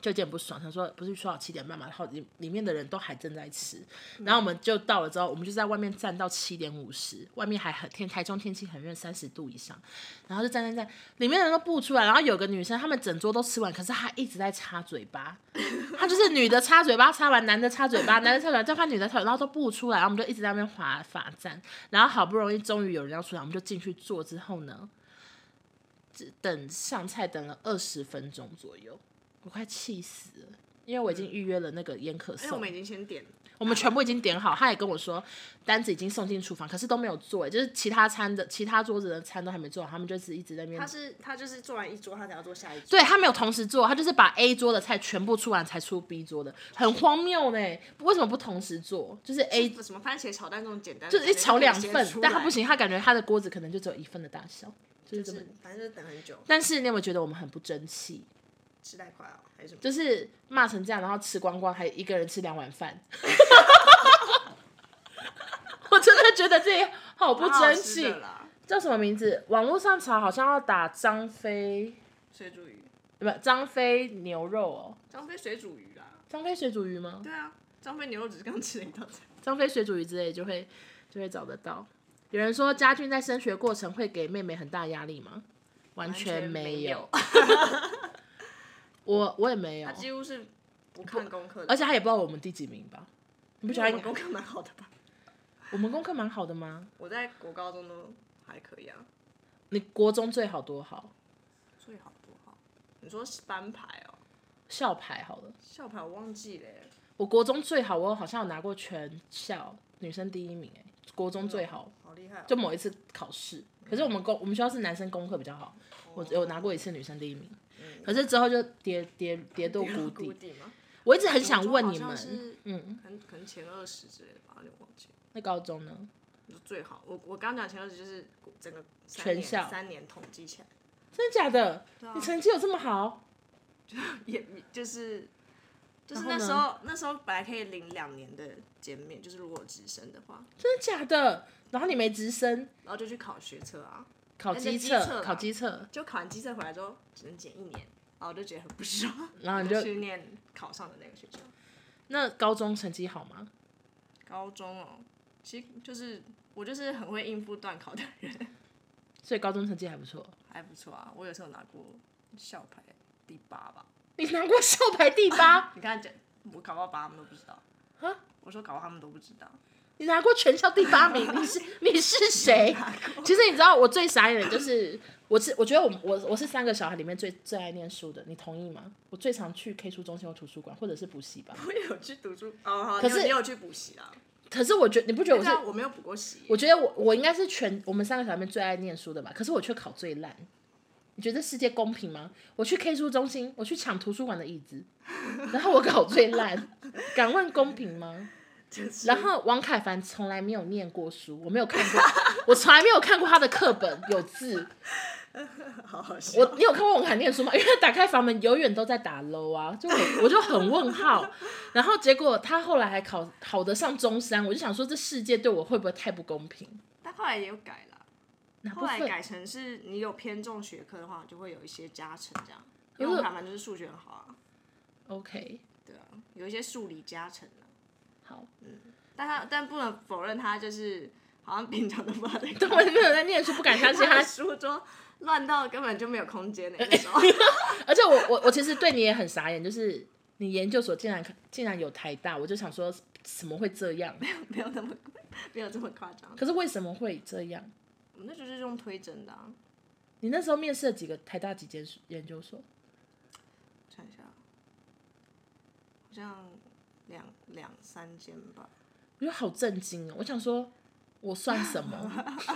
Speaker 1: 就有点不爽，他说不是说好七点半嘛，然后里里面的人都还正在吃，然后我们就到了之后，我们就在外面站到七点五十，外面还很天，台中天气很热，三十度以上，然后就站站站，里面的人都不出来，然后有个女生，她们整桌都吃完，可是她一直在擦嘴巴， [laughs] 她就是女的擦嘴巴，擦完男的擦嘴巴， [laughs] 男的擦嘴巴，再换女的擦嘴巴，然后都不出来，然后我们就一直在那边划罚站，然后好不容易终于有人要出来，我们就进去坐之后呢，只等上菜等了二十分钟左右，我快气死了。因为我已经预约了那个烟可
Speaker 2: 哎因为我
Speaker 1: 颂
Speaker 2: 们，已经先点了，
Speaker 1: 我们全部已经点好，他也跟我说单子已经送进厨房，可是都没有做，就是其他餐的其他桌子的餐都还没做好，他们就是一直在那边
Speaker 2: 他是他就是做完一桌，他才要做下一桌。
Speaker 1: 对他没有同时做，他就是把 A 桌的菜全部出完才出 B 桌的，很荒谬呢。为什么不同时做？就是 A
Speaker 2: 什么番茄炒蛋这种简单的
Speaker 1: 哎就
Speaker 2: 东
Speaker 1: 是
Speaker 2: 西，
Speaker 1: 一炒两
Speaker 2: 先
Speaker 1: 份
Speaker 2: 出，
Speaker 1: 但他
Speaker 2: 来
Speaker 1: 不，行，他感觉他的锅子可能就只有一份的大小，就是
Speaker 2: 就
Speaker 1: 这么
Speaker 2: 是。反正就是等很久，
Speaker 1: 但是你有没有觉得我们很不争气？
Speaker 2: 吃太快哦，还是什么？
Speaker 1: 就是骂成这样，然后吃光光，还一个人吃两碗饭。 [laughs] 我真的觉得自己好不
Speaker 2: 蛮好
Speaker 1: 争
Speaker 2: 吃
Speaker 1: 气
Speaker 2: 哦的。啦，
Speaker 1: 叫什么名字？网络上查好像要打张飞，
Speaker 2: 水煮鱼，
Speaker 1: 不张飞牛肉哦，
Speaker 2: 张飞水煮鱼啦，
Speaker 1: 张飞水煮鱼吗？
Speaker 2: 对啊，张飞牛肉只是刚吃了一道菜，
Speaker 1: 张飞水煮鱼之类就会就会找得到。有人说家俊在升学过程会给妹妹很大压力吗？完全没有，，我我也没有
Speaker 2: 他，几乎是不看功课的，
Speaker 1: 而且他也不知道我们第几名吧？你不
Speaker 2: 因
Speaker 1: 觉
Speaker 2: 为
Speaker 1: 得
Speaker 2: 我
Speaker 1: 他
Speaker 2: 们功课蛮好的吧？
Speaker 1: 我们功课蛮好的吗？
Speaker 2: 我在国高中都还可以啊，
Speaker 1: 你国中最好多好，
Speaker 2: 最好不好？你说是班牌哦，
Speaker 1: 校牌好了。
Speaker 2: 校牌我忘记了耶，
Speaker 1: 我国中最好，我好像有拿过全校女生第一名、欸，国中最好，
Speaker 2: 好厉害哦，
Speaker 1: 就某一次考试。可是我们公我们学校是男生功课比较好，
Speaker 2: 哦
Speaker 1: 我有拿过一次女生第一名，可是之后就跌跌跌
Speaker 2: 就
Speaker 1: 堕谷
Speaker 2: 谷
Speaker 1: 底。
Speaker 2: 底吗？
Speaker 1: 我一直很想问你
Speaker 2: 我好像
Speaker 1: 们，
Speaker 2: 是
Speaker 1: 嗯，
Speaker 2: 可能可能前二十之类的吧，有点忘记了。
Speaker 1: 那高中呢？
Speaker 2: 最好。我我刚讲前二十就是整个三
Speaker 1: 全
Speaker 2: 年
Speaker 1: 校
Speaker 2: 三年统计起来，
Speaker 1: 真的假的？
Speaker 2: 啊
Speaker 1: 你成绩有这么好？
Speaker 2: 也就是就
Speaker 1: 然
Speaker 2: 是
Speaker 1: 后
Speaker 2: 那
Speaker 1: 呢
Speaker 2: 时候那时候本来可以领两年的减免，就是如果直升的话，
Speaker 1: 真的假的？然后你没直升，
Speaker 2: 然后就去考学测啊，
Speaker 1: 考
Speaker 2: 那
Speaker 1: 机
Speaker 2: 就机测
Speaker 1: 测，
Speaker 2: 嘛
Speaker 1: 考机测，
Speaker 2: 就考完机测回来之后只能减一年，然后我就觉得很不爽，
Speaker 1: 然啊后你
Speaker 2: 就
Speaker 1: 就
Speaker 2: 去念考上的那个学校。
Speaker 1: 那高中成绩好吗？
Speaker 2: 高中哦，其实就是我就是很会应付段考的人，
Speaker 1: 所以高中成绩还不错。
Speaker 2: 还不错啊。我有时候拿过校牌第八吧，
Speaker 1: 你拿过校牌第
Speaker 2: [laughs]
Speaker 1: 八，
Speaker 2: 你看这我搞不好把他们都不知道。我说搞不好他们都不知道。
Speaker 1: 你拿过全校第八名，你
Speaker 2: [laughs]
Speaker 1: 是你是谁？其实你知道我最傻眼的就是，我是我觉得我我我是三个小孩里面最最爱念书的，你同意吗？我最常去 K 书中心或图书馆或者是补习班。
Speaker 2: 我有去读书哦，好，
Speaker 1: 可
Speaker 2: 可
Speaker 1: 是
Speaker 2: 你有去补习啊？
Speaker 1: 可是我觉得你不觉得我
Speaker 2: 对
Speaker 1: 是？
Speaker 2: 啊，我没有补过习。
Speaker 1: 我觉得我我应该是全我们三个小孩里面最爱念书的吧，可是我却考最烂。你觉得这世界公平吗？我去 K 书中心，我去抢图书馆的椅子， [laughs] 然后我考最烂，敢问公平吗？
Speaker 2: 就是 [laughs]
Speaker 1: 然后王凯凡从来没有念过书，我没有看过， [laughs] 我从来没有看过他的课本有字。
Speaker 2: [laughs] 好好笑。
Speaker 1: 我你有看过王凯念书吗？因为他打开房门永远都在打 low 啊，就我我就很问号。然后结果他后来还考考得上中山，我就想说这世界对我会不会太不公平？
Speaker 2: 但后来也有改啦，
Speaker 1: 哪部
Speaker 2: 后来
Speaker 1: 分？
Speaker 2: 改成是你有偏重学科的话，就会有一些加成这样。
Speaker 1: 有
Speaker 2: 因为我
Speaker 1: 个
Speaker 2: 反正就是数学很好啊， [laughs]
Speaker 1: OK，
Speaker 2: 对啊，有一些数理加成啊。嗯
Speaker 1: 好，
Speaker 2: 但他但不能否认他就是好像平常都不知道在
Speaker 1: 但我没有在念书，不敢相信
Speaker 2: 他 [laughs]
Speaker 1: 他
Speaker 2: 的。书桌乱到根本就没有空间欸
Speaker 1: [laughs]
Speaker 2: 那个时候，
Speaker 1: 而且我我我其实对你也很傻眼，就是你研究所竟然竟然有台大，我就想说怎么会这样？
Speaker 2: 没有那么没有这么夸张。
Speaker 1: 可是为什么会这样？
Speaker 2: 我们那时候就是用推甄的、啊，
Speaker 1: 你那时候面试了几个台大几间研究所？
Speaker 2: 我想一下，好像两两三间吧。
Speaker 1: 我就好震惊哦！我想说，我算什么？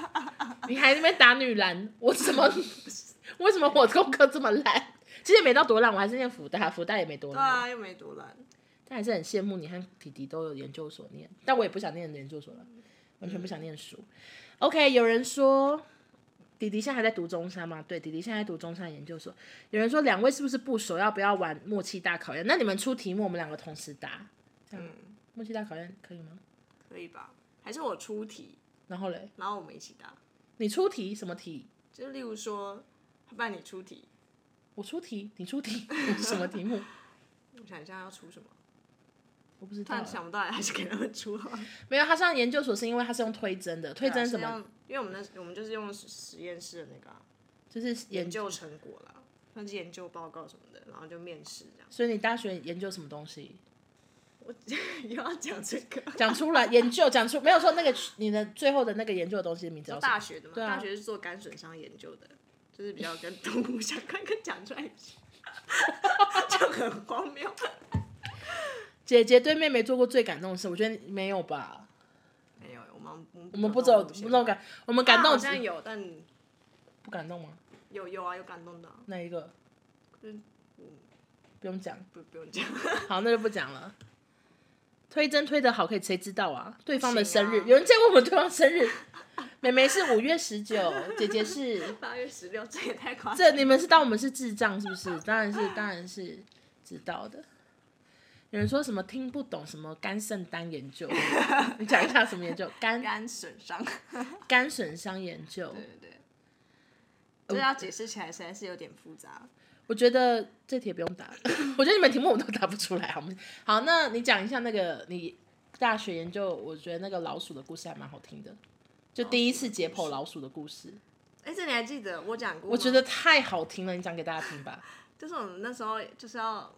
Speaker 1: [laughs] 你还在那边打女篮，我怎么？ [laughs] 为什么我功课这么烂？其实也没到多烂，我还是念福大，福大也没多
Speaker 2: 对
Speaker 1: 烂，
Speaker 2: 啊，又没多烂，
Speaker 1: 但还是很羡慕你和弟弟都有研究所念，但我也不想念研究所了，完全不想念书。OK，有人说。弟弟现在还在读中山吗？对，弟弟现在在读中山研究所。有人说两位是不是不熟？要不要玩默契大考验？那你们出题目，我们两个同时答。这
Speaker 2: 嗯
Speaker 1: 样、默契大考验可以吗？
Speaker 2: 可以吧？还是我出题，
Speaker 1: 然后嘞，
Speaker 2: 然后我们一起答。
Speaker 1: 你出题什么题？
Speaker 2: 就例如说，不然你出题，
Speaker 1: 我出题，你出题， [laughs] 什么题目？
Speaker 2: 我想一下要出什么，
Speaker 1: 我不知
Speaker 2: 突
Speaker 1: 道啊
Speaker 2: 然。想不到，还是给他们出好了。
Speaker 1: 没有，他上研究所是因为他是用推甄的，推甄什么？
Speaker 2: 啊是用？因为我们那我们就是用实实验室的那个啊、
Speaker 1: 就是研
Speaker 2: 研，究成果啦，算是研究报告什么的，然后就面试
Speaker 1: [laughs]
Speaker 2: 这样。
Speaker 1: 所以你大学研究什么东西？
Speaker 2: 又要讲这个？
Speaker 1: 讲出来，研究讲出，没有说那个你的最后的那个研究的东西的名字叫什么？
Speaker 2: 大学的嘛，
Speaker 1: 对啊
Speaker 2: 大学是做肝损伤研究的，就是比较跟动物相关，跟讲出来 [laughs] 就很荒谬。
Speaker 1: 姐姐对妹妹做过最感动的事，我觉得没有吧？
Speaker 2: 没有，我们
Speaker 1: 我
Speaker 2: 我
Speaker 1: 们不
Speaker 2: 走
Speaker 1: 走不动感，我们感
Speaker 2: 好
Speaker 1: 动只
Speaker 2: 像有，但
Speaker 1: 不感动吗？
Speaker 2: 有有啊，有感动的啊、
Speaker 1: 哪一个？
Speaker 2: 嗯
Speaker 1: 不用讲，
Speaker 2: 不不用讲。
Speaker 1: 好，那就不讲了。推真推的好，可以谁知道啊？对方的生日，
Speaker 2: 行啊
Speaker 1: 有人见过我们对方生日？妹妹是五月十九，姐姐是
Speaker 2: 八月十六，这也太夸
Speaker 1: [laughs]
Speaker 2: 张
Speaker 1: 这，。你们是当我们是智障是不是？当然是，当然是知道的。有人说什么听不懂什么肝肾单研
Speaker 2: [laughs]
Speaker 1: 究，你讲一下什么研究？肝
Speaker 2: 肝损伤，
Speaker 1: 肝损伤研究，
Speaker 2: 对对对，
Speaker 1: 哦
Speaker 2: 这要解释起来实在是有点复杂。
Speaker 1: 我觉得这题也不用答，我觉得你们题目我们都答不出来。好，我们好，那你讲一下那个你大学研究，我觉得那个老鼠的故事还蛮好听的，就第一次解剖老鼠的故事，
Speaker 2: 哎，这你还记得我讲过吗？
Speaker 1: 我觉得太好听了，你讲给大家听吧，
Speaker 2: 就是我们那时候就是要，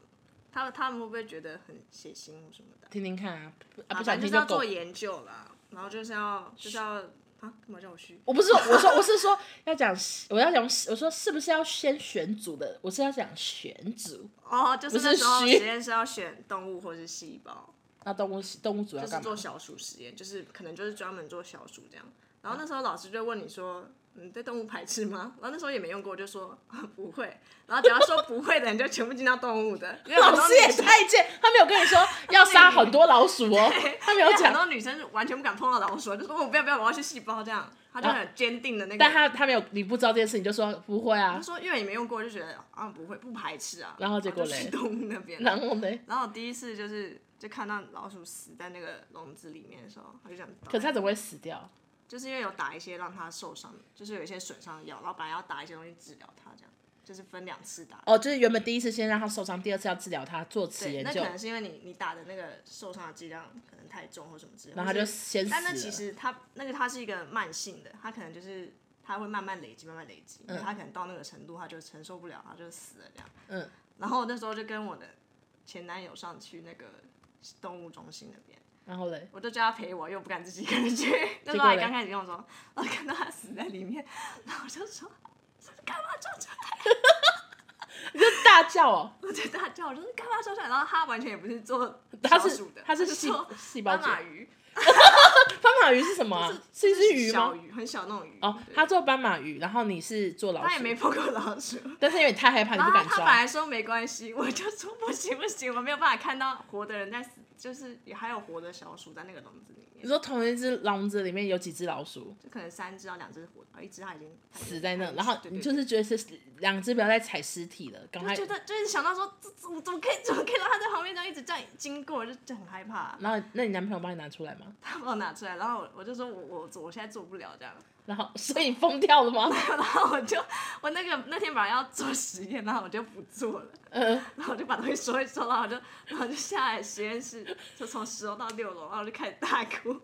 Speaker 2: 他们他们会不会觉得很血腥什么的？
Speaker 1: 听听看啊，不啊
Speaker 2: 啊
Speaker 1: 不
Speaker 2: 反
Speaker 1: 想
Speaker 2: 正就
Speaker 1: 听
Speaker 2: 是要
Speaker 1: 够
Speaker 2: 做。研究啦，然后就是要就是要啊，干嘛叫我去？
Speaker 1: 我不是我说我是说要讲，我要讲，我说是不是要先选组的？我是要讲选组，
Speaker 2: 哦，就是
Speaker 1: 不是
Speaker 2: 那时候
Speaker 1: 虚
Speaker 2: 实验室要选动物或是细胞，
Speaker 1: 那动物动物组要
Speaker 2: 就是
Speaker 1: 啊干嘛啊
Speaker 2: 做？小鼠实验，就是可能就是专门做小鼠这样。然后那时候老师就问你说，你对动物排斥吗？然后那时候也没用过，我就说、 [laughs] 啊不会。然后只要说不会的，你就全部进到动物的。因为很
Speaker 1: 老
Speaker 2: 多
Speaker 1: 师也
Speaker 2: 女生
Speaker 1: 太贱，他没有跟你说要杀很多老鼠 [laughs] 哦，他没有
Speaker 2: 因为很
Speaker 1: 讲，
Speaker 2: 多女生是完全不敢碰到老鼠，啊就说哦我不要不要，我要去细胞这样。她就很坚定的那个。
Speaker 1: 啊但他他没有，你不知道这件事，你就说不会啊 [laughs]
Speaker 2: 她，说因为也没用过，就觉得啊不会不排斥啊。
Speaker 1: 然后结果
Speaker 2: 就
Speaker 1: 嘞
Speaker 2: 去动物那边。
Speaker 1: 然后呢？
Speaker 2: 然后我第一次就是就看到老鼠死在那个笼子里面的时候，我就想，
Speaker 1: 可是他怎么会死掉？
Speaker 2: 就是因为有打一些让它受伤，就是有一些损伤的药，然后本来要打一些东西治疗它，这样就是分两次打。
Speaker 1: 哦，就是原本第一次先让他受伤，第二次要治疗他，做此
Speaker 2: 对，
Speaker 1: 研
Speaker 2: 那
Speaker 1: 究
Speaker 2: 可，能是因为你你打的那个受伤的剂量可能太重或什么之类的，
Speaker 1: 然后他就
Speaker 2: 或是
Speaker 1: 先死
Speaker 2: 但那其
Speaker 1: 了。
Speaker 2: 实它那个它是一个慢性的，它可能就是它会慢慢累积，慢慢累积，它可能到那个程度，它就承受不了，它就死了这样。
Speaker 1: 嗯。
Speaker 2: 然后那时候就跟我的前男友上去那个动物中心那边，
Speaker 1: 然后嘞，
Speaker 2: 我就叫他陪我，又不敢自己一个人去。 [laughs] 那时候
Speaker 1: 结果
Speaker 2: 还
Speaker 1: 嘞
Speaker 2: 刚开始跟我说，我看到他死在里面，然后我就说。
Speaker 1: 你就大叫哦，
Speaker 2: 我就大叫，我说干嘛说出来？然后他完全也不是做
Speaker 1: 他
Speaker 2: 小
Speaker 1: 是
Speaker 2: 鼠的，
Speaker 1: 他是细
Speaker 2: 说
Speaker 1: 细胞
Speaker 2: 斑
Speaker 1: 姐，
Speaker 2: 马鱼，
Speaker 1: 斑马鱼是什么啊？是一只鱼
Speaker 2: 小
Speaker 1: 吗？
Speaker 2: 鱼，很小那种鱼。
Speaker 1: 哦，
Speaker 2: 对
Speaker 1: 他做斑马鱼，然后你是做老
Speaker 2: 他也
Speaker 1: 鼠，
Speaker 2: 没碰过老鼠。
Speaker 1: 但是因为你太害怕，你
Speaker 2: [laughs] 然
Speaker 1: 不
Speaker 2: 后
Speaker 1: 敢
Speaker 2: 他本
Speaker 1: 抓。
Speaker 2: 来说没关系，我就说不行不行，我没有办法看到活的人在死，就是也还有活的小鼠在那个笼子里面
Speaker 1: 你，说同一只笼子里面有几只老鼠
Speaker 2: 就可能三只到两只活的，一只它已经
Speaker 1: 死在那，然后你
Speaker 2: 就
Speaker 1: 就是觉得是两只不要再踩尸体了，赶快
Speaker 2: 就觉得就是想到说，这这我怎么可以怎么可以让它在旁边这样一直这样经过，就就很害怕。 [laughs]
Speaker 1: 然后，那你男朋友帮你拿出来吗？
Speaker 2: 他把我拿出来，然后我我就说我我我现在做不了这样。
Speaker 1: 然后， [laughs] 所以你疯掉了吗？ [laughs]
Speaker 2: 然后我就我那个那天本来要做实验，然后我就不做了，
Speaker 1: 呃，
Speaker 2: 然后我就把东西收一收，然后我就然后就下来实验室，就从十楼到六楼，然后我就开始大哭，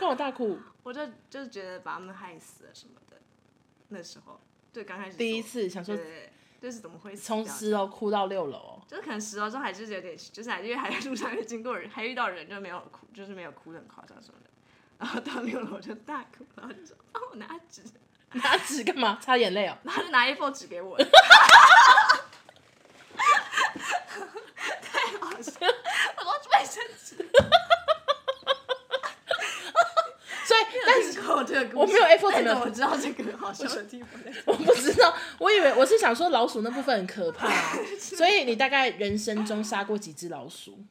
Speaker 1: 跟我大哭。
Speaker 2: 我就就是觉得把他们害死了什么的。那时候对刚开始
Speaker 1: 第一
Speaker 2: 做
Speaker 1: 次想说
Speaker 2: 对，对对就是怎么会死
Speaker 1: 从
Speaker 2: 掉
Speaker 1: 十楼哭到六楼哦，
Speaker 2: 就是可能十楼之后还是有点，就是还因为还在路上会经过人，还遇到人就没有哭，就是没有哭的很夸张什么的。然后到六楼我就大哭，然后就说：“哦，我拿纸。”
Speaker 1: 拿纸干嘛？擦眼泪哦。
Speaker 2: 然后就拿一份纸给我。 [laughs] 太好笑了！我说卫生纸，
Speaker 1: 所以，但是
Speaker 2: 是我这个故事
Speaker 1: 我没有 A4 纸
Speaker 2: 但
Speaker 1: 没有
Speaker 2: 是我知道这个好笑的地方在哪里。
Speaker 1: 我不知道，我以为我是想说老鼠那部分很可怕、啊 [laughs] 所以你大概人生中杀过几只老鼠？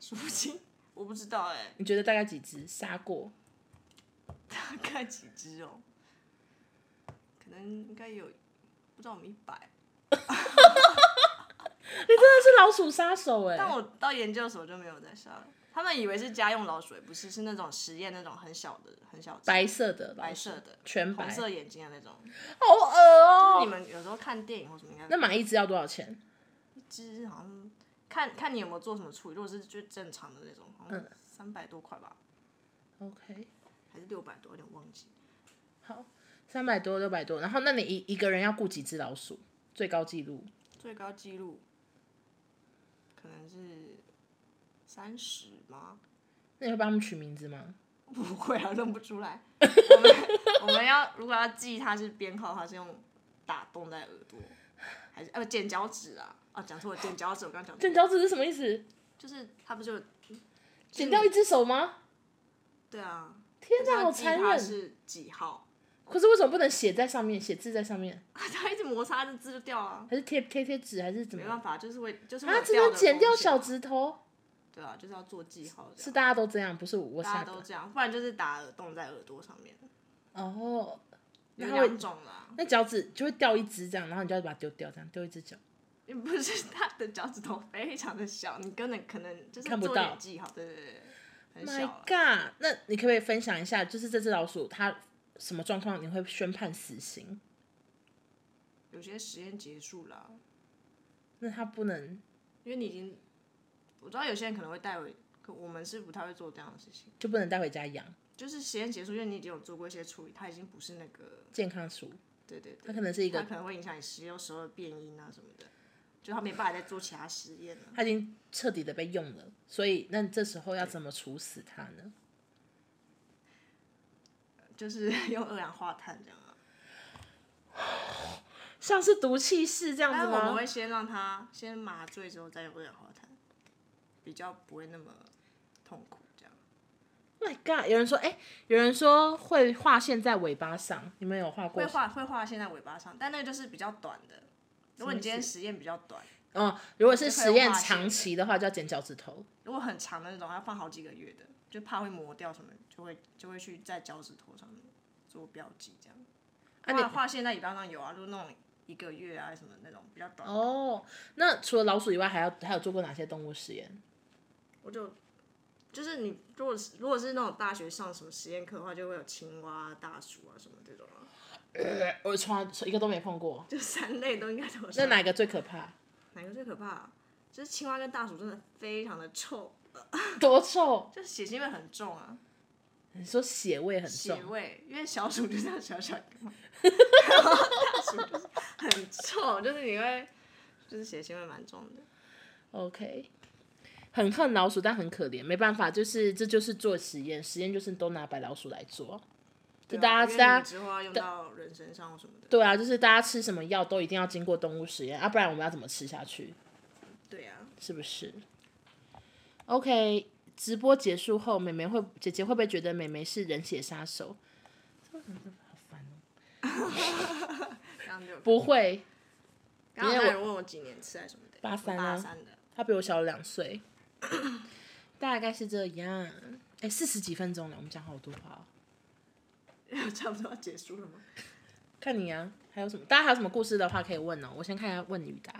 Speaker 2: 数不清，我不知道哎、
Speaker 1: 你觉得大概几只杀过？
Speaker 2: 大概几只哦？可能应该有，不知道我们一百。
Speaker 1: 你真的是老鼠杀手哎、
Speaker 2: 但我到研究所就没有再杀了。他们以为是家用老鼠，也不是，是那种实验那种很小的、很小只
Speaker 1: 白色的，
Speaker 2: 白色，的、
Speaker 1: 全白
Speaker 2: 红，色眼睛的那种。
Speaker 1: 好恶哦、
Speaker 2: 你们有时候看电影或什么应该
Speaker 1: 那买一只要多少钱？
Speaker 2: 只好像看看你有没有做什么处理，如果是就正常的那种，好像三百多块吧，
Speaker 1: OK，
Speaker 2: 还是六百多，有点忘记。
Speaker 1: 好，三百多六百多，然后那你一一个人要雇几只老鼠？最高纪录
Speaker 2: 最高纪录可能是三十吗？
Speaker 1: 那你会帮他们取名字吗？
Speaker 2: 不会啊，认不出来。我们我们要如果要记它是编号，它是用打洞在耳朵，还是呃剪脚趾啊？啊，讲错了，剪脚趾，我刚刚讲错
Speaker 1: 剪脚趾是什么意思？
Speaker 2: 就是它不就有
Speaker 1: 剪掉一只手吗？
Speaker 2: 对啊？
Speaker 1: 天哪，
Speaker 2: 要
Speaker 1: 好
Speaker 2: 记
Speaker 1: 残
Speaker 2: 它
Speaker 1: 忍！
Speaker 2: 是几号？ [laughs]
Speaker 1: 可是为什么不能写在上面？写字在上面，
Speaker 2: 它一直摩擦，这字就掉啊。
Speaker 1: 还是贴贴贴纸，还是怎么
Speaker 2: 没
Speaker 1: 样？
Speaker 2: 办法，就是会就是会
Speaker 1: 啊，
Speaker 2: 有
Speaker 1: 只
Speaker 2: 掉
Speaker 1: 能
Speaker 2: 的啊
Speaker 1: 剪掉
Speaker 2: 风险
Speaker 1: 小指头，
Speaker 2: 对啊，就是要做记号这样，
Speaker 1: 是大家都这样，不是我
Speaker 2: 大
Speaker 1: 吓
Speaker 2: 家都
Speaker 1: 的。
Speaker 2: 这样，不然就是打耳洞在耳朵上面，
Speaker 1: 哦，
Speaker 2: 有
Speaker 1: 然后
Speaker 2: 两种啦，
Speaker 1: 那脚趾就会掉一只这样，然后你就要把它丢掉，这样丢一只脚。
Speaker 2: 也不是 [laughs] 他的脚趾头非常的小，你根本可能就是
Speaker 1: 看不
Speaker 2: 做一点
Speaker 1: 到
Speaker 2: 记号，对对对，很
Speaker 1: My
Speaker 2: 小啊。
Speaker 1: God，那你可不可以分享一下，就是这只老鼠它什么状况你会宣判死刑？
Speaker 2: 有些实验结束了，
Speaker 1: 那它不能
Speaker 2: 因为你已经，我知道有些人可能会带回，可我们是不太会做这样的事情。
Speaker 1: 就不能带回家养
Speaker 2: 就是实验结束，因为你已经有做过一些处理，它已经不是那个，
Speaker 1: 健康鼠，
Speaker 2: 对对对，
Speaker 1: 它可能是一
Speaker 2: 它
Speaker 1: 个
Speaker 2: 可能会影响你实验时候的变音啊什么的，就它没办法再做其他实验了。
Speaker 1: 它已经彻底的被用了，所以那这时候要怎么处死它呢？
Speaker 2: 就是 [laughs] 用二氧化碳这样啊。
Speaker 1: 像是毒气室这样子
Speaker 2: 但是我们
Speaker 1: 吗？
Speaker 2: 会先让他先麻醉之后再用二氧化碳，比较不会那么痛苦这样。
Speaker 1: My God！有人说，哎、有人说会画线在尾巴上，你们有画过
Speaker 2: 会？画会画线在尾巴上，但那个就是比较短的。如果你今天实验比较短，
Speaker 1: 哦，如果是
Speaker 2: 就会
Speaker 1: 实验
Speaker 2: 画线
Speaker 1: 长
Speaker 2: 的
Speaker 1: 期的话，就要剪脚趾头。
Speaker 2: 如果很长的那种，要放好几个月的，就怕会磨掉什么，就会就会去在脚趾头上面做标记这样。
Speaker 1: 啊
Speaker 2: 画画线在尾巴上有啊，就是那种一个月啊什么那种比较短的。
Speaker 1: 哦，那除了老鼠以外，还要还有做过哪些动物实验？
Speaker 2: 我就就是你如果是如果是那种大学上什么实验课的话，就会有青蛙啊、大鼠啊什么这种啊，
Speaker 1: 呃我从来一个都没碰过。
Speaker 2: 就三类都应该都有
Speaker 1: 那
Speaker 2: 上。
Speaker 1: 哪一个最可怕？
Speaker 2: 哪个最可怕啊、就是青蛙跟大鼠真的非常的臭，
Speaker 1: 多臭！
Speaker 2: 就是血腥味很重啊，
Speaker 1: 你说血味很重
Speaker 2: 血，味，因为小鼠就这样小小一个
Speaker 1: [laughs]
Speaker 2: 嘛，然后大鼠就是很臭，就是你会就是血腥味蛮重的。
Speaker 1: OK，很恨老鼠，但很可怜，没办法，就是这就是做实验，实验就是都拿白老鼠来做。就
Speaker 2: 对
Speaker 1: 大
Speaker 2: 啊因
Speaker 1: 家
Speaker 2: 为
Speaker 1: 大
Speaker 2: 你
Speaker 1: 家
Speaker 2: 之后要用到人身上或什么的。
Speaker 1: 对啊，就是大家吃什么药都一定要经过动物实验，啊，不然我们要怎么吃下去？
Speaker 2: 对啊，
Speaker 1: 是不是？OK，直播结束后，妹妹会姐姐会不会觉得妹妹是人血杀手？
Speaker 2: 这样就。
Speaker 1: 不会，
Speaker 2: 然后还有人问我几年次还是什么的，
Speaker 1: 八三啊
Speaker 2: 八三的。
Speaker 1: 她比我小了两
Speaker 2: [laughs]
Speaker 1: 岁，大概是这样。哎，四十几分钟了，我们讲好多话哦。
Speaker 2: [laughs] 差不多要结束了吗？
Speaker 1: 看你啊，还有什么？大家还有什么故事的话可以问哦。我先看一下问与答。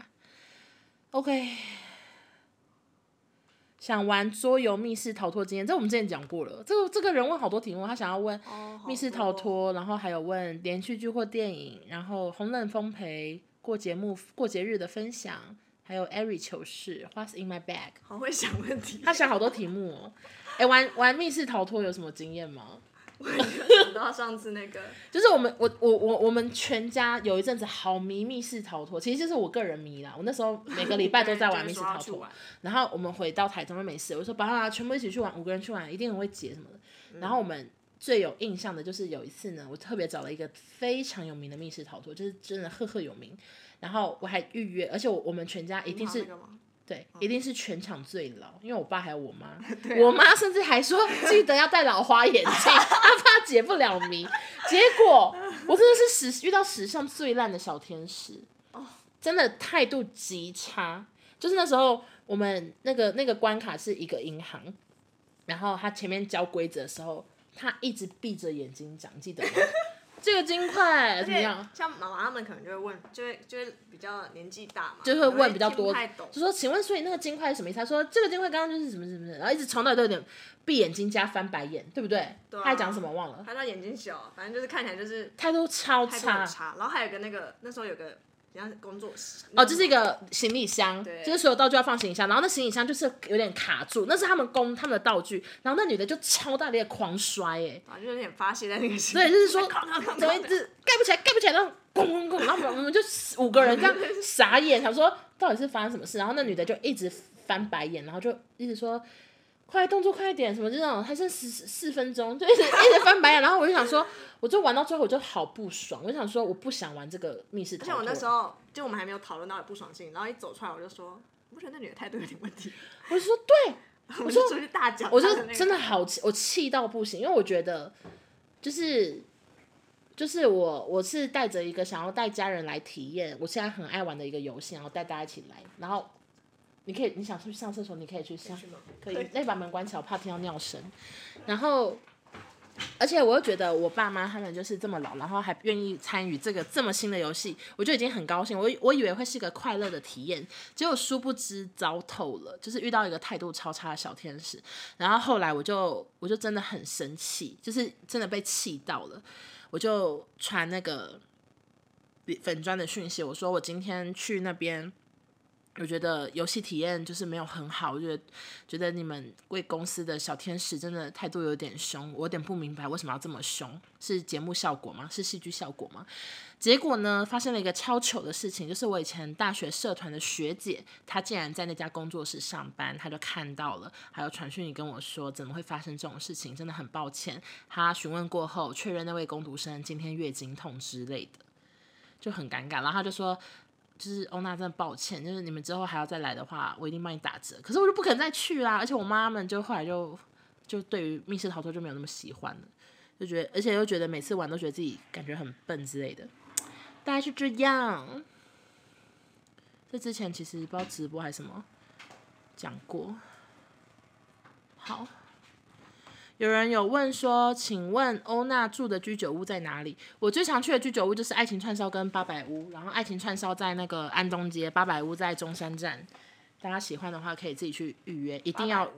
Speaker 1: OK，想玩桌游密室逃脱经验，这我们之前讲过了。这个这个人问好多题目，他想要问
Speaker 2: 哦，
Speaker 1: 密室逃脱，然后还有问连续剧或电影，然后红冷烘焙过节目过节日的分享，还有 Every 糗事 What's in my bag。
Speaker 2: 好会想问题，
Speaker 1: 他想好多题目哦。哎，玩玩密室逃脱有什么经验吗？
Speaker 2: 我就想到上次那个，
Speaker 1: 就是我们我我我我们全家有一阵子好迷密室逃脱，其实就是我个人迷啦。我那时
Speaker 2: [laughs]
Speaker 1: 候每 [laughs] 个礼拜都在玩密室逃
Speaker 2: 就是说要去
Speaker 1: 脱，
Speaker 2: 玩
Speaker 1: 然后我们回到台中就没事，我就说爸爸全部一起去玩，五个人去玩一定很会解什么
Speaker 2: 嗯
Speaker 1: 的。然后我们最有印象的就是有一次呢，我特别找了一个非常有名的密室逃脱，就是真的赫赫有名。然后我还预约，而且我我们全家一定是
Speaker 2: 你好那个吗
Speaker 1: 对，
Speaker 2: 嗯
Speaker 1: 一定是全场最老，因为我爸还有我
Speaker 2: [laughs]
Speaker 1: 妈，
Speaker 2: 啊
Speaker 1: 我妈甚至还说记得要戴老花眼镜，她怕解不了谜。结
Speaker 2: [laughs]
Speaker 1: 果我真的是史遇到史上最烂的小天使，
Speaker 2: 哦
Speaker 1: 真的态度极差。就是那时候我们那个那个关卡是一个银行，然后他前面教规则的时候，他一直闭着眼睛讲，记
Speaker 2: [laughs]
Speaker 1: 得吗？这个金块
Speaker 2: 而
Speaker 1: 怎么
Speaker 2: 且
Speaker 1: 样？
Speaker 2: 像妈妈们可能就会问，就会就会比较年纪大嘛，
Speaker 1: 就会
Speaker 2: 会
Speaker 1: 问比较
Speaker 2: 听不
Speaker 1: 多
Speaker 2: 太懂，
Speaker 1: 就说请问，所以那个金块是什么意思？他说这个金块刚刚就是什么什么什么，然后一直从头到尾都有点闭眼睛加翻白眼，对不对？
Speaker 2: 对啊
Speaker 1: 他还讲什么忘了，
Speaker 2: 他到眼睛小，反正就是看起来就是
Speaker 1: 态度超
Speaker 2: 态度很
Speaker 1: 差。
Speaker 2: 差。然后还有个那个那时候有个人家工作室
Speaker 1: 哦，这是一个行李箱，
Speaker 2: 对
Speaker 1: 就是所有道具要放行李箱，然后那行李箱就是有点卡住，那是他们工他们的道具，然后那女的就超大力的狂摔、欸，
Speaker 2: 啊，就是有点发泄在那个心，
Speaker 1: 对就是说
Speaker 2: 哐哐哐哐
Speaker 1: 怎么一
Speaker 2: 哐
Speaker 1: 直盖不起来，盖不起来，然后咣咣咣，然后我们我们就五个人这样傻眼，想说到底是发生什么事，然后那女的就一直翻白眼，然后就一直说。快动作快一点，什么这种，还剩十四分钟，就一直一直翻白眼，然后我就想说，我就玩到最后我就好不爽，我就想说我不想玩这个密室逃脱
Speaker 2: 而且
Speaker 1: 了。
Speaker 2: 我那时候就我们还没有讨论到有不爽性，然后一走出来我就说，我觉得那女的态度有点问题，
Speaker 1: 我就说对，
Speaker 2: 我就出去大讲，
Speaker 1: 我
Speaker 2: 她的
Speaker 1: 就
Speaker 2: 那个
Speaker 1: 真的好气，我气到不行，因为我觉得就是就是我我是带着一个想要带家人来体验我现在很爱玩的一个游戏，然后带大家一起来，然后你可以你想去上厕所，你可以去上，
Speaker 2: 去吗
Speaker 1: 可以那把门关起来，我怕听到尿声，然后。而且我又觉得我爸妈他们就是这么老，然后还愿意参与这个这么新的游戏，我就已经很高兴。我以我以为会是一个快乐的体验，结果殊不知糟透了，就是遇到一个态度超差的小天使。然后后来我就我就真的很生气，就是真的被气到了，我就传那个粉砖的讯息，我说我今天去那边。我觉得游戏体验就是没有很好，我觉得觉得你们为公司的小天使真的态度有点凶，我有点不明白为什么要这么凶，是节目效果吗？是戏剧效果吗？结果呢，发生了一个超糗的事情，就是我以前大学社团的学姐，她竟然在那家工作室上班，她就看到了，还有传讯你跟我说，怎么会发生这种事情？真的很抱歉。她询问过后，确认那位工读生今天月经痛之类的，就很尴尬。然后她就说。就是欧娜，真的抱歉，就是你们之后还要再来的话，我一定帮你打折。可是我就不肯再去啦，而且我妈们就后来就就对于密室逃脱就没有那么喜欢了，就觉得而且又觉得每次玩都觉得自己感觉很笨之类的，大概是这样。这之前其实不知道直播还是什么讲过。好，有人有问说，请问欧娜住的居酒屋在哪里？我最常去的居酒屋就是爱情串烧跟八百屋，然后爱情串烧在那个安东街，八百屋在中山站。大家喜欢的话可以自己去预约，一定要
Speaker 2: 850哦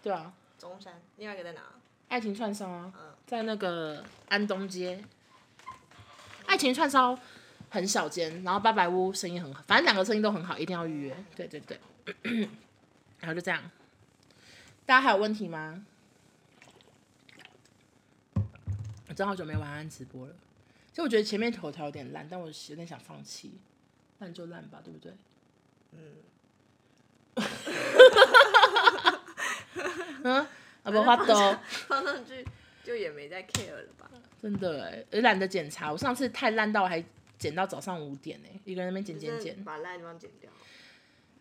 Speaker 1: 对啊。
Speaker 2: 中山，另外一个在哪？ [laughs]
Speaker 1: 爱情串烧啊，在那个安东街，爱情串烧很小间，然后八百屋生意很好，反正两个生意都很好，一定要预约。对对对， [coughs] 然后就这样。大家还有问题吗？我真好久没晚安直播了，其实我觉得前面头条有点烂，但我有点想放弃，烂就烂吧，对不对？ [laughs] 嗯。嗯，啊不，花豆。
Speaker 2: 放上去就也没再 care 了吧？
Speaker 1: 真的哎，也懒得检查。我上次太烂到我还剪到早上五点哦哎，一个人在那边剪剪
Speaker 2: 就是
Speaker 1: 剪。
Speaker 2: 把烂的地方剪掉。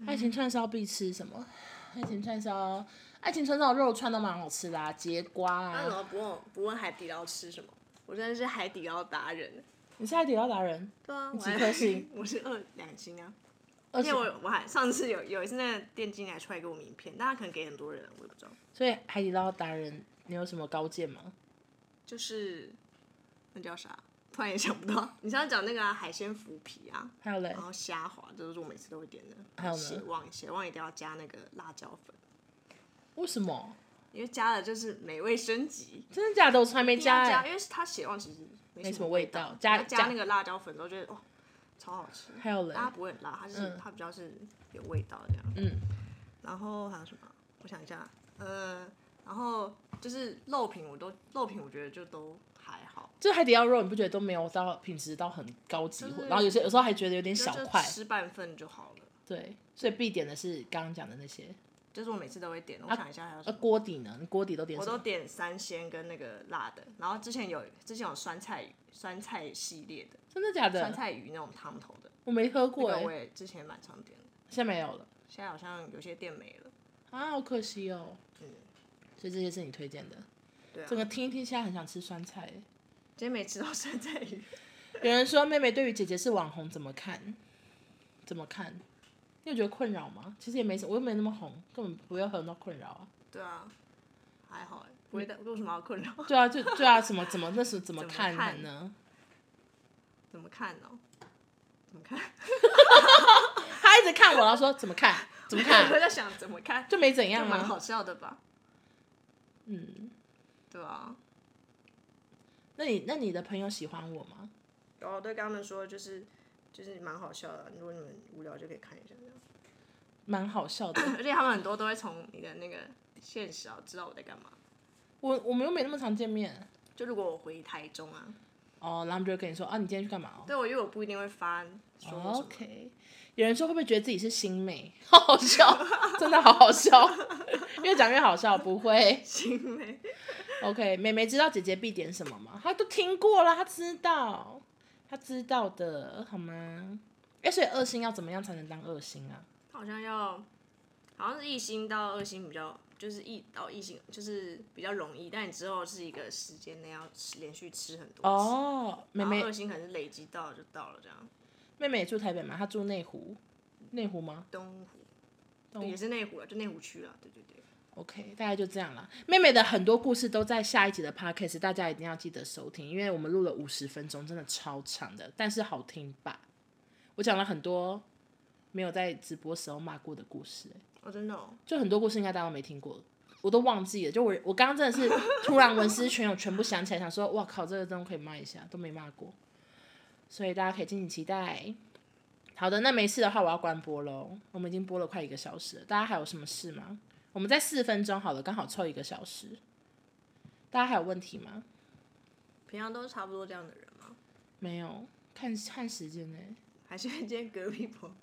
Speaker 1: 爱情串烧必吃什么？爱情串烧，爱情串烧的肉串都蛮好吃的、啊，节瓜
Speaker 2: 他怎
Speaker 1: 啊。
Speaker 2: 么不问我不问海底捞吃什么？我真的是海底捞达人。
Speaker 1: 你是海底捞达人，
Speaker 2: 对啊，
Speaker 1: 你
Speaker 2: 我
Speaker 1: 几
Speaker 2: 还
Speaker 1: 颗星？
Speaker 2: 我是二两星啊。
Speaker 1: 而
Speaker 2: 而且
Speaker 1: 且
Speaker 2: 我我还上次有有一次那个店经理还出来给我名片，但他可能给很多人，我也不知道。
Speaker 1: 所以海底捞达人，你有什么高见吗？
Speaker 2: 就是那叫啥？突然也想不到。你上次讲那个啊、海鲜腐皮啊，
Speaker 1: 还有嘞
Speaker 2: 然，后虾滑，这都是我每次都会点的。
Speaker 1: 还有呢
Speaker 2: 血旺，血旺一定要加那个辣椒粉，
Speaker 1: 为什么？
Speaker 2: 因为加了就是美味升级。
Speaker 1: 真的假的？我从来没
Speaker 2: 一定要
Speaker 1: 加
Speaker 2: 加，
Speaker 1: 哎、
Speaker 2: 因为它血旺其实没
Speaker 1: 没什么
Speaker 2: 味
Speaker 1: 味道加
Speaker 2: 然后加
Speaker 1: 加
Speaker 2: 那个辣椒粉之后，觉得哇，超好吃。
Speaker 1: 还有嘞，
Speaker 2: 它不会很辣，它是、它比较是有味道这样。
Speaker 1: 嗯，
Speaker 2: 然后还有什么？我想一下，呃，然后就是肉品，我都肉品我觉得就都还好，
Speaker 1: 这海底捞肉你不觉得都没有到品质到很高级，
Speaker 2: 就是
Speaker 1: 然后有些有时候还觉得有点
Speaker 2: 就
Speaker 1: 小
Speaker 2: 就
Speaker 1: 块，
Speaker 2: 吃半份就好了。
Speaker 1: 对，所以必点的是刚刚讲的那些。
Speaker 2: 就是我每次都会
Speaker 1: 啊
Speaker 2: 点，我想一下还有什
Speaker 1: 那
Speaker 2: 么。
Speaker 1: 锅底呢？你锅底都点
Speaker 2: 我
Speaker 1: 什么？
Speaker 2: 都点三鲜跟那个辣的，然后之前有之前有酸菜酸菜系列的，
Speaker 1: 真的假的？
Speaker 2: 酸菜鱼那种汤头的，
Speaker 1: 我没喝过、
Speaker 2: 那
Speaker 1: 欸，
Speaker 2: 个我也之前蛮常点的，
Speaker 1: 现在没有了
Speaker 2: 现在好像有些店没了。
Speaker 1: 啊，好可惜哦。所以这些是你推荐的，
Speaker 2: 对啊
Speaker 1: 整，个听一听，现在很想吃酸菜欸。
Speaker 2: 今天没吃到酸菜鱼，
Speaker 1: 有人说妹妹对于姐姐是网红怎么看？怎么看？你有觉得困扰吗？其实也没什么，我又没那么红，根本不会很到困扰啊。
Speaker 2: 对啊，还好欸，不会
Speaker 1: 嗯
Speaker 2: 的，为什么要困扰？
Speaker 1: 对啊，就对啊，怎么怎么那是怎么
Speaker 2: 怎么
Speaker 1: 看的
Speaker 2: 看
Speaker 1: 呢？
Speaker 2: 怎么看呢、怎么看？
Speaker 1: 他一直看我，然后说怎么看？怎么
Speaker 2: [laughs] 我
Speaker 1: 看？
Speaker 2: 在想怎么看，
Speaker 1: 就没怎
Speaker 2: 就
Speaker 1: 样
Speaker 2: 蛮
Speaker 1: 啊。
Speaker 2: 好笑的吧？
Speaker 1: 嗯，
Speaker 2: 对啊，
Speaker 1: 那你那你的朋友喜欢我吗？
Speaker 2: 然哦后对跟他们说就是就是蛮好笑的啊，如果你们无聊就可以看一下这样。
Speaker 1: 蛮好笑的。
Speaker 2: [laughs] 而且他们很多都会从你的那个现实啊知道我在干嘛。
Speaker 1: 我我们又没那么常见面。
Speaker 2: 就如果我回台中啊，
Speaker 1: 哦，然后他们就会跟你说啊，你今天去干嘛、哦
Speaker 2: 对我因为我不一定会发说我什么
Speaker 1: OK，有人说会不会觉得自己是新美？好好笑， [laughs] 真的好好笑，越讲越好笑。不会
Speaker 2: 行为，
Speaker 1: ，OK，妹妹知道姐姐必点什么吗？她都听过了，她知道，她知道的，好吗？哎，所以二星要怎么样才能当二星啊？
Speaker 2: 好像要好像是一星到二星比较。就是一到一星就是比较容易，但你之后是一个时间内要吃连续吃很多次，
Speaker 1: 哦，妹
Speaker 2: 然后
Speaker 1: 妹
Speaker 2: 二星可能是累积到就到了这样。
Speaker 1: 妹妹也住台北嘛，她住内湖，内湖吗
Speaker 2: 东湖，
Speaker 1: 东
Speaker 2: 也是内湖了，啊就内湖区啊了。对对对，
Speaker 1: ？OK，大概就这样啦。妹妹的很多故事都在下一集的 Podcast，大家一定要记得收听，因为我们录了五十分钟，真的超长的，但是好听吧？我讲了很多没有在直播时候骂过的故事、欸
Speaker 2: 哦，真的、哦，
Speaker 1: 就很多故事应该大家都没听过，我都忘记了。就我我刚刚真的是突然文思泉涌，全部想起来，想说哇靠，这个真的可以骂一下，都没骂过，所以大家可以敬请期待。好的，那没事的话，我要关播喽。我们已经播了快一个小时了，大家还有什么事吗？我们在四分钟好了，刚好凑一个小时。大家还有问题吗？
Speaker 2: 平常都是差不多这样的人吗？
Speaker 1: 没有，看看时间呢、
Speaker 2: 还是今天隔壁朋友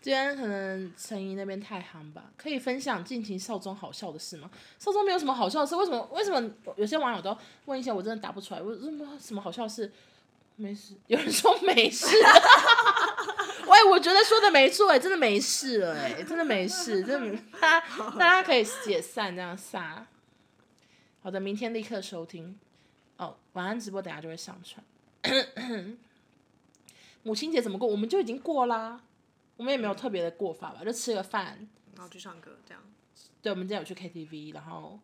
Speaker 1: 今天可能陈怡那边太夯吧，可以分享近期少中好笑的事吗？少中没有什么好笑的事，为什么？为什么有些网友都问一些我真的答不出来，为什么什么好笑的事？没事，有人说没事，喂，我觉得说的没错，哎，真的没事了，哎，真的没事，真的没，大家大家可以解散这样撒。好的，明天立刻收听。哦，晚安直播等下就会上传。 [coughs] 母亲节怎么过？我们就已经过啦，我们也没有特别的过法吧，就吃个饭。
Speaker 2: 然后去唱歌这样。
Speaker 1: 对，我们今天有去 KTV，然后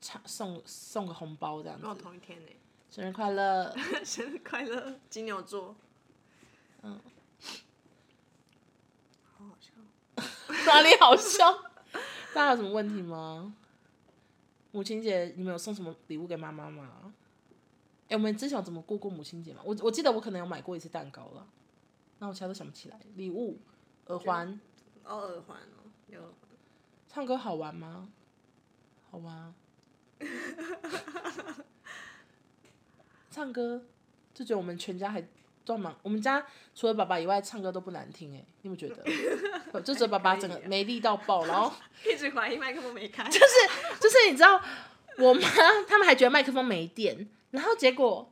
Speaker 1: 唱送送个红包这样
Speaker 2: 跟我
Speaker 1: 子。
Speaker 2: 同
Speaker 1: [laughs]
Speaker 2: 一天呢、
Speaker 1: 生日快乐！ [laughs]
Speaker 2: 生日快乐，金牛座。
Speaker 1: 嗯，
Speaker 2: 好好笑。
Speaker 1: 哪里好笑？ [laughs] 大家有什么问题吗？母亲节你们有送什么礼物给妈妈吗？哎、我们之前有怎么过过母亲节吗？我我记得我可能有买过一次蛋糕了，那我现在都想不起来。礼物、耳环、
Speaker 2: 哦，耳环哦，有耳环。
Speaker 1: 唱歌好玩吗？好玩啊。唱歌就觉得我们全家还都蛮，我们家除了爸爸以外，唱歌都不难听哎、你们觉得？就只有爸爸整个没力到爆，然后
Speaker 2: [laughs] 一直怀疑麦克风没开。
Speaker 1: 就是你知道，我妈他们还觉得麦克风没电，然后结果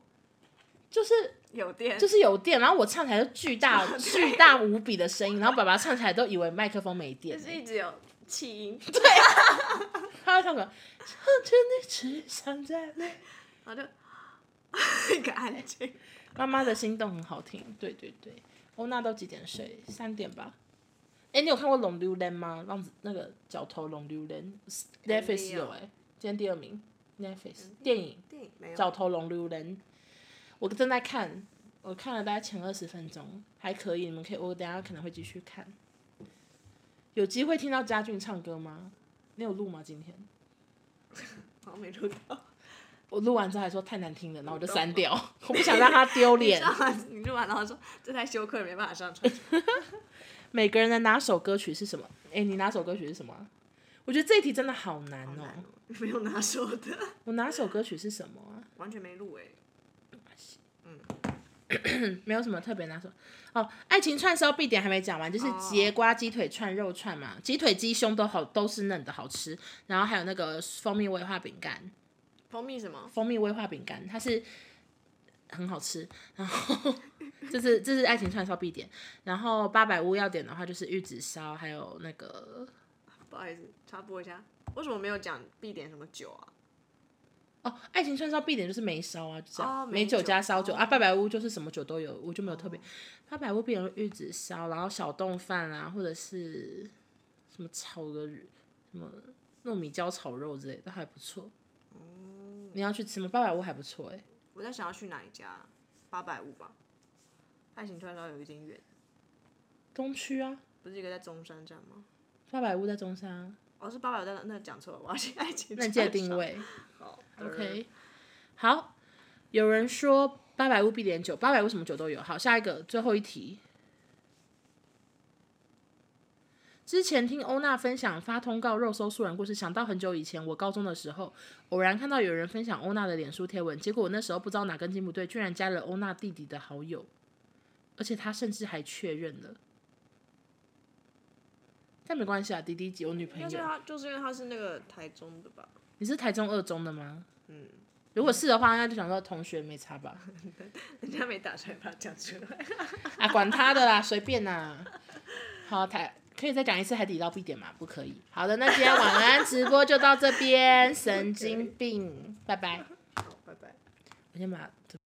Speaker 1: 就是
Speaker 2: 有电。
Speaker 1: 就是有电，然后我唱起来就巨大巨大无比的声音，然后爸爸唱起来都以为麦克风没电
Speaker 2: 就，是一直有气音，
Speaker 1: 他会唱歌，唱着你只想在泪
Speaker 2: 然后就 [laughs] 一个安静。
Speaker 1: 妈妈的心动很好听，对对对。欧娜都几点睡？三点吧。哎、你有看过《龙溜人》吗？浪子那个角头《龙溜人》，Netflix 有哎、今天第二名，Netflix 电影。
Speaker 2: 电影没有。
Speaker 1: 角头龙溜人，我正在看，我看了大概前二十分钟，还可以，你们可以，我等一下可能会继续看。有机会听到家俊唱歌吗？你有录吗？今天
Speaker 2: 好像没录到。
Speaker 1: 我录完之后还说太难听了，然后我就删掉， [laughs] 我不想让他丢
Speaker 2: 你
Speaker 1: 脸。
Speaker 2: 上完 [laughs] 你录完，然后说这太羞愧，没办法上传。
Speaker 1: 每个人的拿手歌曲是什么？哎、你拿手歌曲是什么啊？我觉得这一题真的好难
Speaker 2: 好
Speaker 1: 哦、
Speaker 2: 难哦没有拿手的，
Speaker 1: 我拿手歌曲是什么啊？
Speaker 2: 完全没录哎、
Speaker 1: 没有什么特别拿手哦。爱情串烧必点还没讲完，就是
Speaker 2: 哦
Speaker 1: 节瓜鸡腿串肉串嘛，鸡腿鸡胸都好，都是嫩的好吃。然后还有那个蜂蜜威化饼干，
Speaker 2: 蜂蜜什么？
Speaker 1: 蜂蜜威化饼干它是很好吃。然后 [laughs] 这是这是爱情串烧必点，然后八百屋要点的话就是玉子烧，还有那个
Speaker 2: 不好意思，插播一下，为什么没有讲必点什么酒啊？
Speaker 1: 哦，爱情串烧必点就是梅烧啊，就这样，
Speaker 2: 哦
Speaker 1: 梅
Speaker 2: 梅
Speaker 1: 酒
Speaker 2: 酒
Speaker 1: 加烧酒、啊，
Speaker 2: 哦
Speaker 1: 八百屋就是什么酒都有，我就没有特别。八百屋必点玉子烧，然后小冻饭啊，或者是什么炒个什么糯米椒炒肉之类的，还不错。
Speaker 2: 嗯
Speaker 1: 你要去吃吗？八百屋还不错哎、
Speaker 2: 我在想要去哪一家？八百五吧。爱情串烧有一点远，
Speaker 1: 东区啊，
Speaker 2: 不是一个在中山站吗？
Speaker 1: 八百屋在中山啊，
Speaker 2: 哦，是八百五，但那讲错了，我要去爱情。
Speaker 1: 那你记得定。位。
Speaker 2: 好
Speaker 1: OK，好，有人说八百屋必点酒，八百屋什么酒都有。好，下一个最后一题。之前听欧娜分享发通告肉搜素人故事，想到很久以前我高中的时候，偶然看到有人分享欧娜的脸书贴文，结果我那时候不知道哪根筋不对，居然加了欧娜弟弟的好友，而且他甚至还确认了。但没关系啊，弟弟姐我女朋
Speaker 2: 但是
Speaker 1: 友。
Speaker 2: 他就是因为他是那个台中的吧？
Speaker 1: 你是台中二中的吗？
Speaker 2: 嗯，
Speaker 1: 如果是的话，那就想说同学没差吧。 [laughs]
Speaker 2: 人家没打出来，把它讲出来。
Speaker 1: 啊，管他的啦，随便啦。好，台可以再讲一次海底捞必点吗？不可以。好的，那今天晚安直播就到这边，神经病，拜拜。
Speaker 2: 好，拜拜。
Speaker 1: 我先把这。